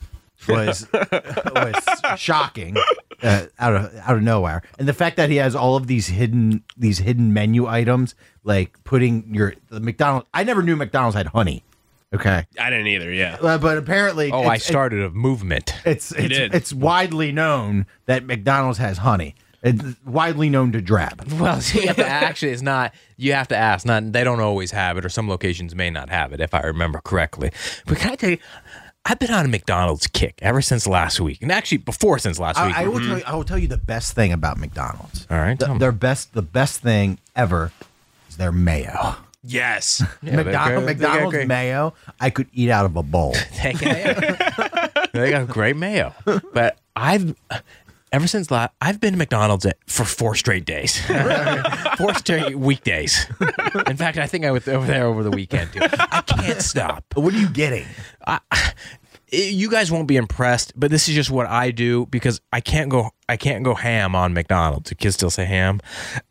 Speaker 4: was was shocking uh, out of out of nowhere, and the fact that he has all of these hidden these hidden menu items, like putting your the McDonald's. I never knew McDonald's had honey. Okay,
Speaker 6: I didn't either. Yeah.
Speaker 4: Uh, but apparently,
Speaker 5: Oh,
Speaker 4: it's,
Speaker 5: I started a movement.
Speaker 4: It's it's,
Speaker 6: did.
Speaker 4: it's widely known that McDonald's has honey. It's widely known to Drab.
Speaker 5: Well, see, you have to, actually, it's not. You have to ask. Not they don't always have it, or some locations may not have it, if I remember correctly. But can I tell you, I've been on a McDonald's kick ever since last week, and actually before since last week.
Speaker 4: I, I will tell you. I will tell you the best thing about McDonald's.
Speaker 5: Mm-hmm. All right,
Speaker 4: The-
Speaker 5: tell me.
Speaker 4: their best. The best thing ever is their mayo.
Speaker 6: Yes.
Speaker 4: McDonald,
Speaker 5: they got- they got
Speaker 4: McDonald's
Speaker 5: great-
Speaker 4: mayo. I could eat out of a bowl.
Speaker 5: they, got, they got great mayo, but I've. Ever since last, I've been to McDonald's at, for four straight days, four straight weekdays. In fact, I think I was over there over the weekend too. I can't stop.
Speaker 4: what are you getting?
Speaker 5: it- you guys won't be impressed, but this is just what I do because I can't go I can't go ham on McDonald's. Do kids still say ham?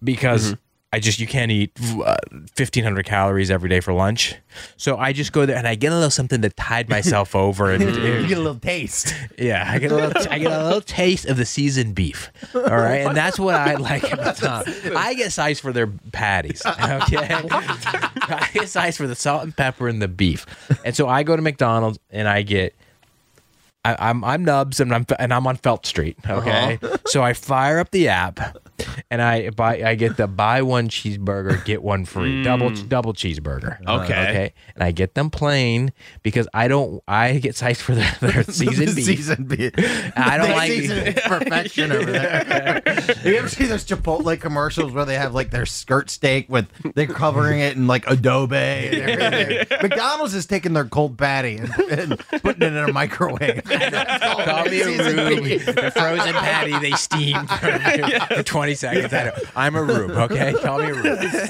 Speaker 5: Because I just you can't eat uh, 1500 calories every day for lunch. So I just go there and I get a little something to tide myself over and
Speaker 4: You get a little taste.
Speaker 5: yeah, I get a little I get a little taste of the seasoned beef. All right, and that's what I like about McDonald's. I get size for their patties. Okay, I get size for the salt and pepper and the beef, and so I go to McDonald's and I get. I, I'm I'm Nubs and I'm and I'm on Felt Street. Okay, so I fire up the app, and I buy I get the buy one cheeseburger get one free double double cheeseburger. uh,
Speaker 6: Okay.
Speaker 5: okay, and I get them plain because I don't I get sized for their, their seasoned beef.
Speaker 4: Seasoned beef.
Speaker 5: I don't
Speaker 4: They
Speaker 5: like-
Speaker 4: season it to perfection over there. Have you ever seen those Chipotle commercials where they have like their skirt steak with they're covering it in like adobe? And everything? McDonald's is taking their cold patty and, and putting it in a microwave.
Speaker 5: Call me a
Speaker 4: Seasoned
Speaker 5: Rube.
Speaker 4: beef.
Speaker 5: The frozen patty they steamed for, for 20 seconds. Yes, I know. I'm a rube, okay? Call me a rube.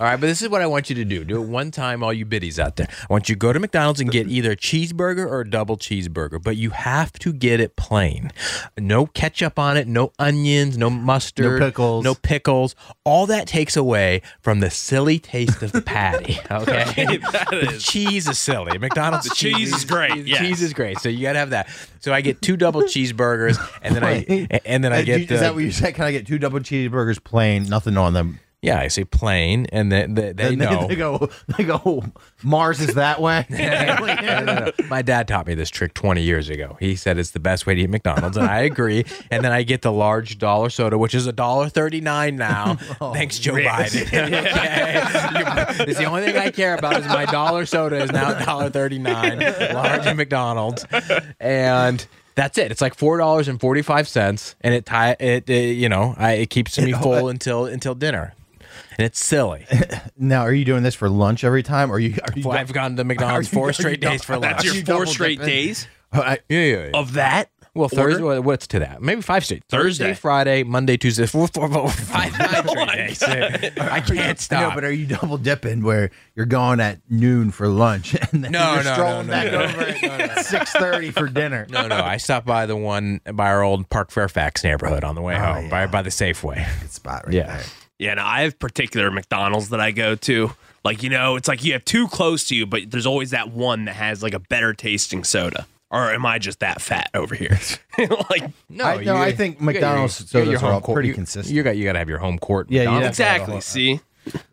Speaker 5: all right, but this is what I want you to do. Do it one time, all you biddies out there. I want you to go to McDonald's and get either a cheeseburger or a double cheeseburger, but you have to get it plain. No ketchup on it, no onions, no mustard,
Speaker 4: pickles.
Speaker 5: no pickles. All that takes away from the silly taste of the patty, okay?
Speaker 6: That
Speaker 5: The
Speaker 6: is-
Speaker 5: cheese is silly. McDonald's
Speaker 6: The cheese is great,
Speaker 5: Cheese,
Speaker 6: yes.
Speaker 5: cheese is great. So you gotta have that. So I get two double cheeseburgers, and then I and then I
Speaker 4: Hey, do Uh, you-
Speaker 5: get the,
Speaker 4: is that what you said? Can I get two double cheeseburgers plain, nothing on them?
Speaker 5: yeah. I say plain, and then they, they
Speaker 4: And
Speaker 5: know.
Speaker 4: They, they go, they go. Mars is that way.
Speaker 5: No, no. My dad taught me this trick 20 years ago. He said it's the best way to eat McDonald's, and I agree. And then I get the large dollar soda, which is a dollar thirty-nine now. Thanks, Joe Biden. okay? It's the only thing I care about is my dollar soda is now a dollar thirty-nine, large at McDonald's, and. That's it. It's like four dollars and forty five cents, and it tie it. it you know, I, it keeps me full until until dinner, and it's silly.
Speaker 4: Now, are you doing this for lunch every time? Or are you? Are you
Speaker 5: Well, I've gone to McDonald's four straight days for lunch. Oh,
Speaker 6: That's your
Speaker 4: double
Speaker 6: four straight
Speaker 4: dipping?
Speaker 6: days
Speaker 4: I-
Speaker 5: Yeah, yeah, yeah.
Speaker 6: of that.
Speaker 5: Well, Thursday.
Speaker 6: order?
Speaker 5: what- What's to that? Maybe five straight.
Speaker 6: Thursday.
Speaker 5: Friday, Monday, Tuesday. Four, four, four, five, five straight days. I can't
Speaker 4: I know,
Speaker 5: stop.
Speaker 4: but are you double dipping where you're going at noon for lunch and then
Speaker 5: No,
Speaker 4: you're
Speaker 5: no, no,
Speaker 4: strolling
Speaker 5: no,
Speaker 4: back
Speaker 5: no.
Speaker 4: over at six thirty for dinner?
Speaker 5: no, no. I stopped by the one by our old Park Fairfax neighborhood on the way home.
Speaker 4: yeah.
Speaker 5: By by the Safeway.
Speaker 4: Good spot right
Speaker 5: Yeah.
Speaker 4: there.
Speaker 6: Yeah, no, I have particular McDonald's that I go to. Like, you know, it's like you have two close to you, but there's always that one that has like a better tasting soda. Or am I just that fat over here? like,
Speaker 5: No,
Speaker 4: I- no, I think McDonald's sodas are all pretty
Speaker 5: you,
Speaker 4: consistent.
Speaker 5: You got you got to have your home court.
Speaker 4: Yeah, you
Speaker 5: McDonald's.
Speaker 6: exactly. See,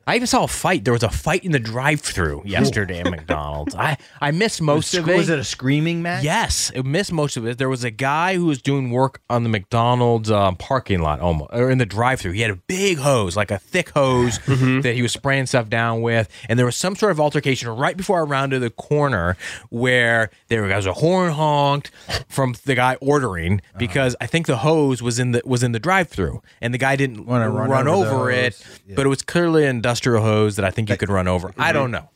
Speaker 5: I even saw a fight. There was a fight in the drive-through yesterday at McDonald's. I I missed most of it.
Speaker 4: Was it a screaming match?
Speaker 5: Yes, it missed most of it. There was a guy who was doing work on the McDonald's um, parking lot, almost or in the drive-through. He had a big hose, like a thick hose, that he was spraying stuff down with. And there was some sort of altercation right before I rounded the corner, where there was a horn honked from the guy ordering because I think the hose was in the was in the drive-through, and the guy didn't
Speaker 4: Wanna
Speaker 5: run,
Speaker 4: run over
Speaker 5: over,
Speaker 4: the
Speaker 5: it,
Speaker 4: hose.
Speaker 5: but it was clearly an industrial hose that Mm-hmm. I think you could run over. I don't know.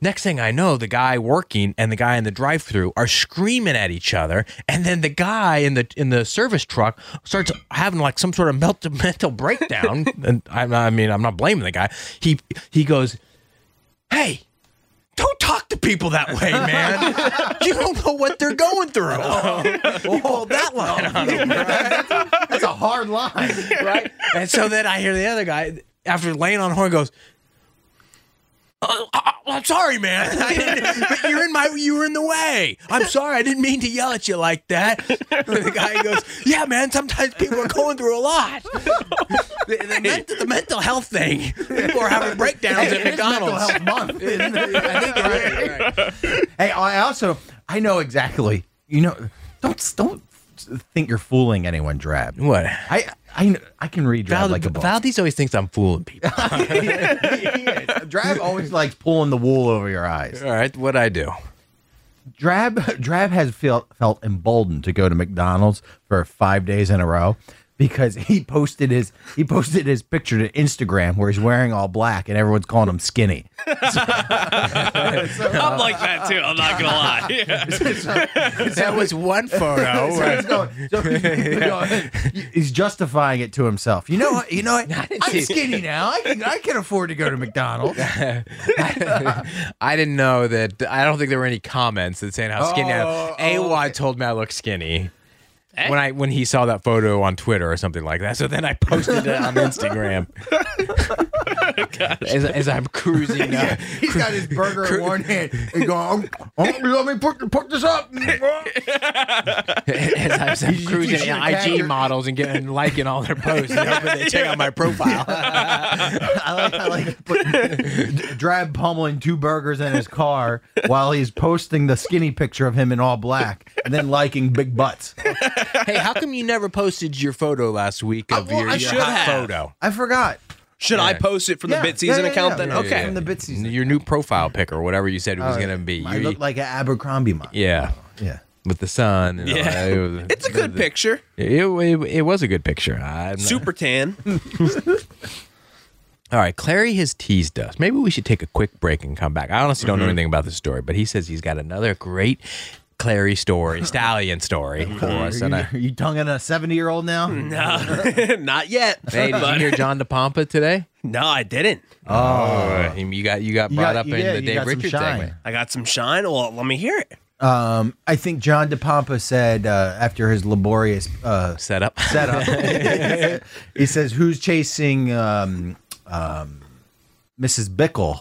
Speaker 5: Next thing I know, the guy working and the guy in the drive-through are screaming at each other, and then the guy in the in the service truck starts having like some sort of mental mental breakdown. and I, I mean, I'm not blaming the guy. He he goes, "Hey, don't talk to people that way, man. you don't know what they're going through." he pulled that line on him
Speaker 4: That's a hard line.
Speaker 5: right? And so then I hear the other guy after laying on horn goes, "Uh, uh, "I'm sorry, man. I didn't- but you're in my you were in the way. I'm sorry. I didn't mean to yell at you like that." And the guy goes, "Yeah, man. Sometimes people are going through a lot. The, the men- the mental health thing. People are having breakdowns at
Speaker 4: It is Mental
Speaker 5: McDonald's."
Speaker 4: Health Month, isn't it? I think you're right.
Speaker 5: Right, right.
Speaker 4: Hey, I also I know exactly. You know, don't don't think you're fooling anyone, Drab.
Speaker 5: What?
Speaker 4: I I kn- I can read Drab
Speaker 5: Val-
Speaker 4: like a book.
Speaker 5: Valdez always thinks I'm fooling people.
Speaker 4: Uh, Drab always likes pulling the wool over your eyes.
Speaker 5: All right, what I do?
Speaker 4: Drab Drab has felt felt emboldened to go to McDonald's for five days in a row because he posted his he posted his picture to Instagram where he's wearing all black and everyone's calling him skinny.
Speaker 6: I'm like that too. I'm not gonna lie. Yeah.
Speaker 5: That was one photo.
Speaker 4: So he's going- so he's going- he's justifying it to himself. You know what? You know what? I'm skinny now. I can I can afford to go to McDonald's.
Speaker 5: I didn't know that. I don't think there were any comments that saying how skinny
Speaker 4: Oh,
Speaker 5: I am. AY told me I look skinny. When I when he saw that photo on Twitter or something like that, so then I posted it on Instagram. as, as I'm cruising, uh,
Speaker 4: He's got his burger in one hand and going, oh, "Let me put put this up."
Speaker 5: as I'm,
Speaker 4: you
Speaker 5: cruising
Speaker 4: should've
Speaker 5: at
Speaker 4: tagged
Speaker 5: IG
Speaker 4: her.
Speaker 5: models and getting liking all their posts, and hoping they check out my profile.
Speaker 4: I like, I like putting, Drab pummeling two burgers in his car while he's posting the skinny picture of him in all black and then liking big butts.
Speaker 5: hey, how come you never posted your photo last week of
Speaker 4: well,
Speaker 5: your,
Speaker 4: I
Speaker 5: your
Speaker 6: should
Speaker 5: hot
Speaker 6: have.
Speaker 5: photo?
Speaker 4: I forgot.
Speaker 6: Should I post it from
Speaker 4: Yeah,
Speaker 6: the Bit Season
Speaker 4: yeah, yeah,
Speaker 6: account
Speaker 4: yeah.
Speaker 6: then?
Speaker 4: Yeah,
Speaker 6: okay.
Speaker 4: yeah, From the bit season.
Speaker 5: Your new profile pic or whatever you said it was going to be.
Speaker 4: I
Speaker 5: You-
Speaker 4: look like an Abercrombie model.
Speaker 5: yeah.
Speaker 4: Yeah.
Speaker 5: with the sun. And
Speaker 6: Yeah.
Speaker 5: all that. It was-
Speaker 6: It's a good picture.
Speaker 5: It, it, it was a good picture. I'm not-
Speaker 6: Super tan.
Speaker 5: all right, Clary has teased us.
Speaker 4: Mm-hmm.
Speaker 5: Maybe we should take a quick break and come back. I honestly don't know anything about this story, but he says he's got another great Clary story, Stallion story for
Speaker 4: Oh,
Speaker 5: us. And I,
Speaker 4: Are you tonguing a 70 year old now?
Speaker 6: No, not yet.
Speaker 5: hey, did you
Speaker 6: But-
Speaker 5: hear John DePompa today?
Speaker 6: no, I didn't.
Speaker 5: Uh, him- you got you got
Speaker 4: You
Speaker 5: brought
Speaker 4: got-
Speaker 5: up
Speaker 4: you
Speaker 5: in
Speaker 4: did,
Speaker 5: the
Speaker 4: you
Speaker 5: Dave
Speaker 4: got some
Speaker 5: Richards
Speaker 4: shine.
Speaker 5: segment.
Speaker 6: I got some shine. Well, let me hear it.
Speaker 4: Um, I think John DePompa said uh, after his laborious uh,
Speaker 5: Set up.
Speaker 4: setup, he says, "Who's chasing um, um, Mrs. Bickle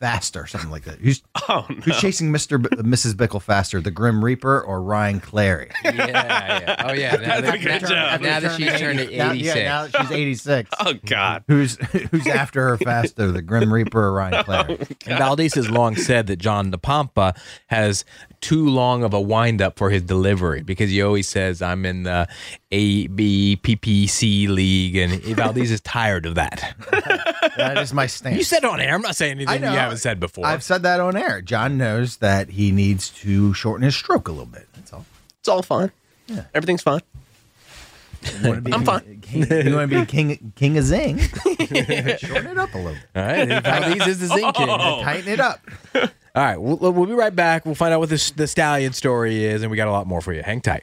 Speaker 4: faster?" Something like that. Who's,
Speaker 6: Oh,
Speaker 4: who's chasing Mr. B- Mrs. Bickle faster? The Grim Reaper or Ryan Clary?
Speaker 5: yeah, yeah. Oh yeah. Now,
Speaker 6: That's a
Speaker 5: that,
Speaker 6: good
Speaker 5: now-
Speaker 6: job.
Speaker 5: now that she's turned to
Speaker 4: Now-
Speaker 5: eighty
Speaker 4: yeah,
Speaker 5: six.
Speaker 4: now that she's eighty six.
Speaker 6: Oh God.
Speaker 4: Who's who's after her faster? The Grim Reaper or
Speaker 6: Oh,
Speaker 4: Ryan Clary?
Speaker 5: And Valdez has long said that John DePompa has too long of a wind up for his delivery because he always says, I'm in the A, B, P, P, C league. And Valdez is tired of that.
Speaker 4: That is my stance.
Speaker 5: You said on air, I'm not saying anything you haven't said before.
Speaker 4: I've said that on air. John knows that he needs to shorten his stroke a little bit. That's all.
Speaker 6: It's all fine. Everything's fine. I'm fine.
Speaker 4: King, you want to be king, king of zing? Shorten it up a little. bit.
Speaker 5: All right. and Valdez is the zinc king. All
Speaker 4: Tighten it up.
Speaker 5: right. We'll, we'll be right back. We'll find out what this, the stallion story is. And we got a lot more for you. Hang tight.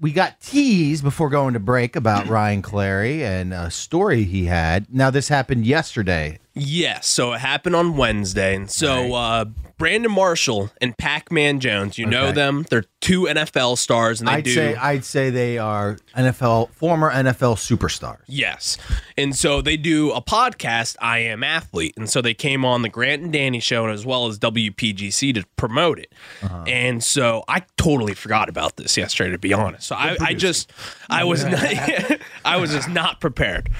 Speaker 4: we got teased before going to break about Ryan Clary and a story he had. Now, this happened yesterday.
Speaker 6: Yes, so it happened on Wednesday. And so uh, Brandon Marshall and Pac Man Jones, you know
Speaker 4: Okay.
Speaker 6: them. They're two NFL stars, and they
Speaker 4: I'd
Speaker 6: do.
Speaker 4: say I'd say they are NFL former NFL superstars.
Speaker 6: Yes. And so they do a podcast, I Am Athlete. And so they came on the Grant and Danny show and as well as WPGC to promote it. And so I totally forgot about this yesterday, to be honest. So I, I just, I was not, I was just not prepared.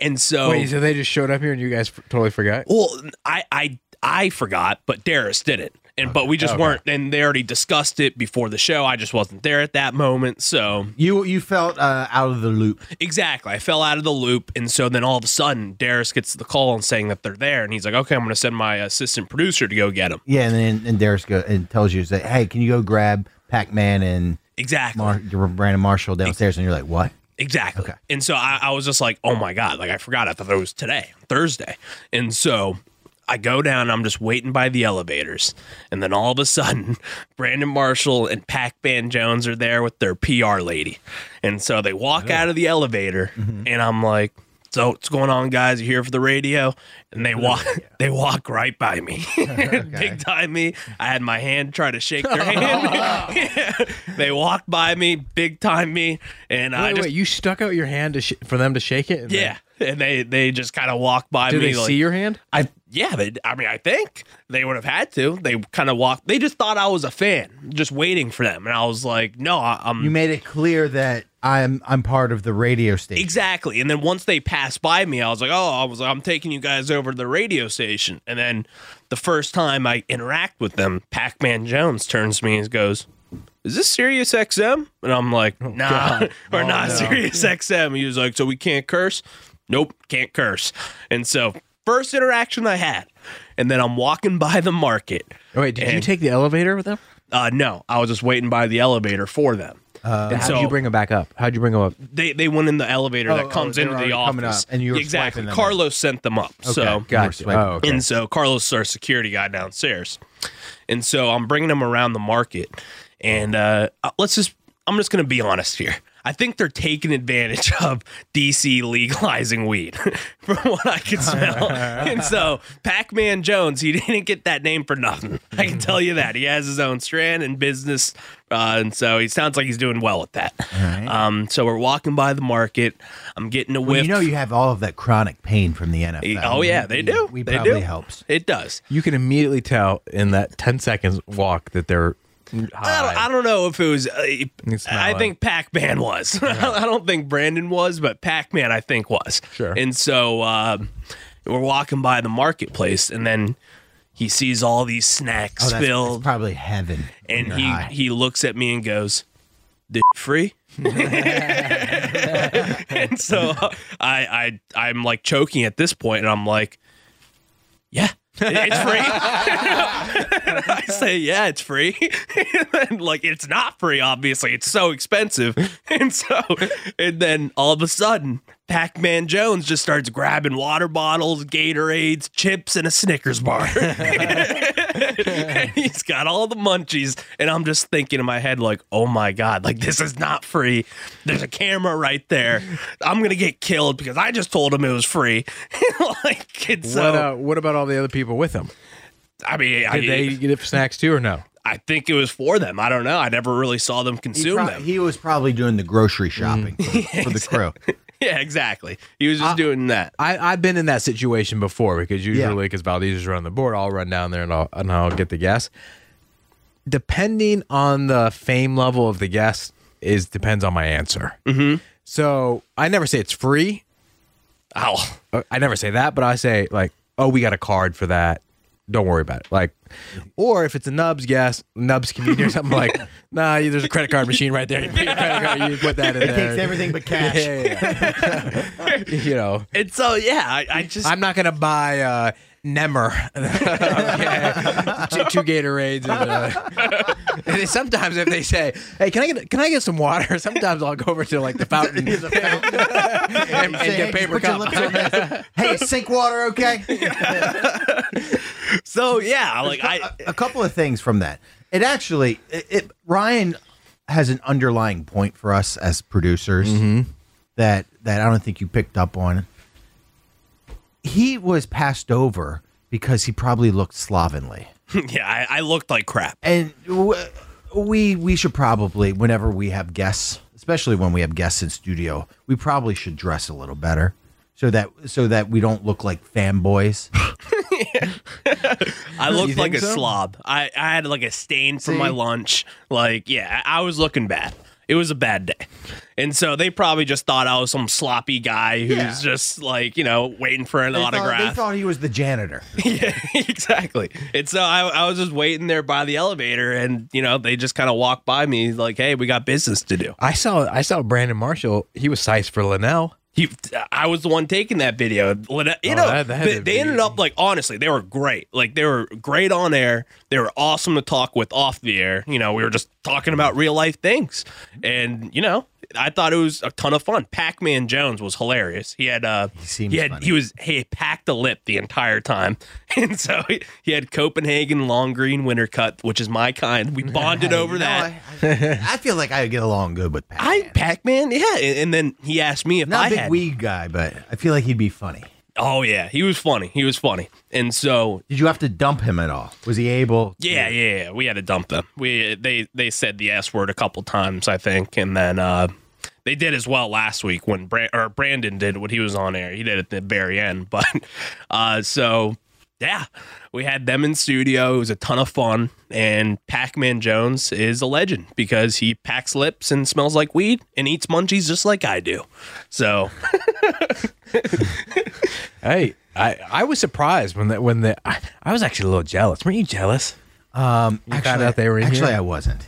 Speaker 6: And so,
Speaker 5: Wait, so they just showed up here and you guys f- totally forgot?
Speaker 6: well, I, I, I forgot, but Darius didn't. And, but we just weren't, and they already discussed it before the show. I just wasn't there at that moment. So
Speaker 4: You you felt uh, out of the loop.
Speaker 6: Exactly. I fell out of the loop. And so then all of a sudden, Darius gets the call and saying that they're there. And he's like, okay, I'm going to send my assistant producer to go get him.
Speaker 4: Yeah, and then and Darius go and tells you say, "Hey, can you go grab Pac Man and
Speaker 6: Exactly.
Speaker 4: Mar- Brandon Marshall downstairs?" And you're like, "What?"
Speaker 6: Exactly. And so I, I was just like, oh my God, like I forgot. I thought it was today, Thursday. And so I go down, I'm just waiting by the elevators. And then all of a sudden, Brandon Marshall and Pac Man Jones
Speaker 5: Mm-hmm.
Speaker 6: are there with their PR lady. And so they walk out of the elevator, and I'm like, So what's going on, guys? You here for the radio? And they walk, they walk right by me, big time me. I had my hand try to shake their hand. they walked by me, big time me, and
Speaker 5: Wait,
Speaker 6: I
Speaker 5: wait,
Speaker 6: just
Speaker 5: you stuck out your hand to sh- for them to shake it? and then-
Speaker 6: yeah, and they they just kind of walked by
Speaker 5: Do
Speaker 6: me.
Speaker 5: they
Speaker 6: like-
Speaker 5: see your hand?
Speaker 6: I yeah, they, I mean, I think they would have had to. They kind of walked. They just thought I was a fan, just waiting for them, and I was like, no, I, I'm
Speaker 4: You made it clear that I'm I'm part of the radio station.
Speaker 6: Exactly. And then once they passed by me, I was like, oh, I was I'm taking you guys over to the radio station. And then the first time I interact with them, Pac Man Jones turns to me and goes, is this Sirius XM? And I'm like, nah, or not Sirius XM. He was like, so we can't curse? Nope, can't curse. And so first interaction I had. And then I'm walking by the market.
Speaker 5: Oh, wait, did you
Speaker 6: And-
Speaker 5: take the elevator with them?
Speaker 6: Uh, no, I was just waiting by the elevator for them.
Speaker 5: and how
Speaker 6: so-
Speaker 5: would you bring them back up? How'd you bring them up?
Speaker 6: they they went in the elevator
Speaker 4: oh,
Speaker 6: that comes
Speaker 4: they
Speaker 6: into
Speaker 4: were already
Speaker 6: the office.
Speaker 4: coming up, and you were
Speaker 6: exactly.
Speaker 4: swiping them
Speaker 6: Carlos sent them up. so
Speaker 5: Gotcha.
Speaker 4: swiping.
Speaker 5: Oh, okay.
Speaker 6: and so Carlos is our security guy downstairs, and so I'm bringing him around the market, and uh, uh, let's just I'm just gonna be honest here. I think they're taking advantage of DC legalizing weed, from what I can smell. and so Pac-Man Jones, he didn't get that name for nothing. I can tell you that he has his own strand and business, uh, and so he sounds like he's doing well at that. Um, so we're walking by the market. I'm getting a whiff.
Speaker 4: Well, you know you have all of that chronic pain from the NFL.
Speaker 6: oh yeah, they
Speaker 4: We-
Speaker 6: do.
Speaker 4: We
Speaker 6: They
Speaker 4: probably
Speaker 6: do.
Speaker 4: helps. Oh,
Speaker 6: It does.
Speaker 5: You can immediately tell in that 10 seconds walk that they're
Speaker 6: I
Speaker 5: high.
Speaker 6: don't, I don't know if it was. Uh,
Speaker 5: can smell
Speaker 6: I
Speaker 5: it.
Speaker 6: think Pac Man was. I don't think Brandon was, but Pac Man I think was.
Speaker 5: Sure.
Speaker 6: And so um, we're walking by the marketplace, and then he sees all these snacks
Speaker 4: Oh, that's, that's
Speaker 6: filled,
Speaker 4: probably heaven. when
Speaker 6: and
Speaker 4: you're
Speaker 6: he
Speaker 4: high.
Speaker 6: he looks at me and goes, "This free." and so I I I'm like choking at this point, and I'm like, "Yeah." It's free. I say, yeah, it's free. and then, like, it's not free, obviously. It's so expensive. And so, and then all of a sudden, Pac Man Jones just starts grabbing water bottles, Gatorades, chips, and a Snickers bar. and he's got all the munchies. And I'm just thinking in my head, like, oh my God, like, this is not free. There's a camera right there. I'm going to get killed because I just told him it was free. like, it's so,
Speaker 5: what, uh, what about all the other people with them?
Speaker 6: I mean, I,
Speaker 5: Did they get snacks too or no?
Speaker 6: I think it was for them. I don't know. I never really saw them
Speaker 4: He
Speaker 6: consume
Speaker 4: prob-
Speaker 6: them. Mm.
Speaker 4: he was probably doing the grocery shopping for, for the crew.
Speaker 6: yeah, exactly. He was just
Speaker 4: Uh,
Speaker 6: doing that.
Speaker 5: I, I've been in that situation before because usually, because Valdez's around the board, I'll run down there and I'll, and I'll get the gas. Depending on the fame level of the guest is depends on my answer. Mm-hmm. So I never say it's free.
Speaker 6: Ow.
Speaker 5: Uh, I never say that, but I say like, oh, we got a card for that. Don't worry about it. Like, or if it's a Nubs guest, Nubs comedian or something like, nah, you- there's a credit card machine right there. You, put your credit card, you put that in there.
Speaker 4: Takes everything but cash.
Speaker 5: Yeah, yeah, yeah. you know.
Speaker 6: And so, yeah, I, I just,
Speaker 5: I'm not gonna buy uh, Nemer, Okay. two, two Gatorades, and, uh, and then sometimes if they say, "Hey, can I get can I get some water?" Sometimes I'll go over to like the fountain and, and
Speaker 4: Say,
Speaker 5: get
Speaker 4: "Hey,
Speaker 5: paper
Speaker 4: put your
Speaker 5: cups.
Speaker 4: lips on this. hey, sink water, okay?
Speaker 6: so yeah, like I,
Speaker 4: a couple of things from that. It actually, it, it- Ryan has an underlying point for us as producers that that I don't think you picked up on. He was passed over because he probably looked slovenly,
Speaker 6: yeah, I, I looked like crap.
Speaker 4: and w- we we should probably whenever we have guests, especially when we have guests in studio, we probably should dress a little better. So that so that we don't look like fanboys.
Speaker 6: I looked
Speaker 5: think
Speaker 6: like a
Speaker 5: so?
Speaker 6: slob. I, I had like a stain from my lunch. Like, yeah, I, I was looking bad. It was a bad day. And so they probably just thought I was some sloppy guy who's
Speaker 4: Yeah.
Speaker 6: just like, you know, waiting for an
Speaker 4: They thought-
Speaker 6: autograph.
Speaker 4: they thought he was the janitor.
Speaker 6: yeah, exactly. And so I, I was just waiting there by the elevator, and you know they just kind of walked by me like, "Hey, we got business to do."
Speaker 5: I saw I saw Brandon Marshall. He was sized for Linnell.
Speaker 6: He, I was the one taking that video. Lynette- You
Speaker 5: Oh,
Speaker 6: know,
Speaker 5: that- that had
Speaker 6: they,
Speaker 5: to
Speaker 6: they
Speaker 5: be-
Speaker 6: ended up like honestly, they were great. Like they were great on air. They were awesome to talk with off the air. You know, we were just talking about real life things, and you know, I thought it was a ton of fun. Pac Man Jones was hilarious. He had uh he,
Speaker 4: seems
Speaker 6: had
Speaker 4: funny.
Speaker 6: he was he packed a lip the entire time, and so he, he had Copenhagen long green winter cut, which is my kind. We bonded over that.
Speaker 4: Oh, I, I feel like I get along good with Pat.
Speaker 6: I Pac Man, yeah, and, and then he asked me if
Speaker 4: Not
Speaker 6: I
Speaker 4: a big
Speaker 6: had.
Speaker 4: weed guy, but I feel like he'd be funny.
Speaker 6: oh yeah, he was funny. He was funny, and so
Speaker 4: Did you have to dump him at all? Was he able?
Speaker 6: Yeah, yeah, yeah. We had to dump them. We they they said the S word a couple times, I think, and then uh, they did as well last week when Brand or Brandon did when he was on air. He did at the very end, but uh, so yeah, we had them in studio. It was a ton of fun, and Pac-Man Jones is a legend because he packs lips and smells like weed and eats munchies just like I do. So
Speaker 5: Hey, I, I was surprised when the, when the I, I was actually a little jealous. Weren't you jealous?
Speaker 4: Um,
Speaker 5: found out they were in
Speaker 4: actually
Speaker 5: here?
Speaker 4: I wasn't.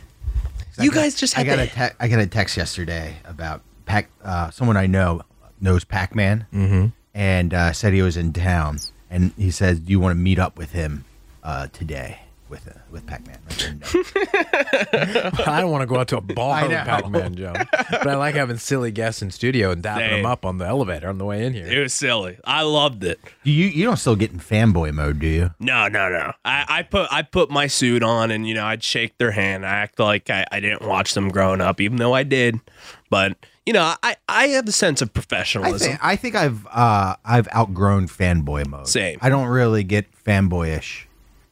Speaker 6: you guys just
Speaker 4: I
Speaker 6: had
Speaker 4: got
Speaker 6: the-
Speaker 4: a te- I got a text yesterday about Pac. Uh, someone I know knows Pac Man, and uh, said he was in town, and he says, "Do you want to meet up with him uh, today with uh, with Pac Man?"
Speaker 5: I don't want to go out to a bar
Speaker 4: I
Speaker 5: with
Speaker 4: know.
Speaker 5: Pac-Man Joe, but I like having silly guests in studio and dapping
Speaker 6: Same.
Speaker 5: them up on the elevator on the way in here.
Speaker 6: it was silly. I loved it.
Speaker 4: Do you you don't still get in fanboy mode, do you?
Speaker 6: No, no, no. I, I put I put my suit on and you know I'd shake their hand. I act like I, I didn't watch them growing up, even though I did. But you know I I have a sense of
Speaker 4: I
Speaker 6: professionalism.
Speaker 4: think, I think I've uh, I've outgrown fanboy mode.
Speaker 6: Same.
Speaker 4: I don't really get fanboyish.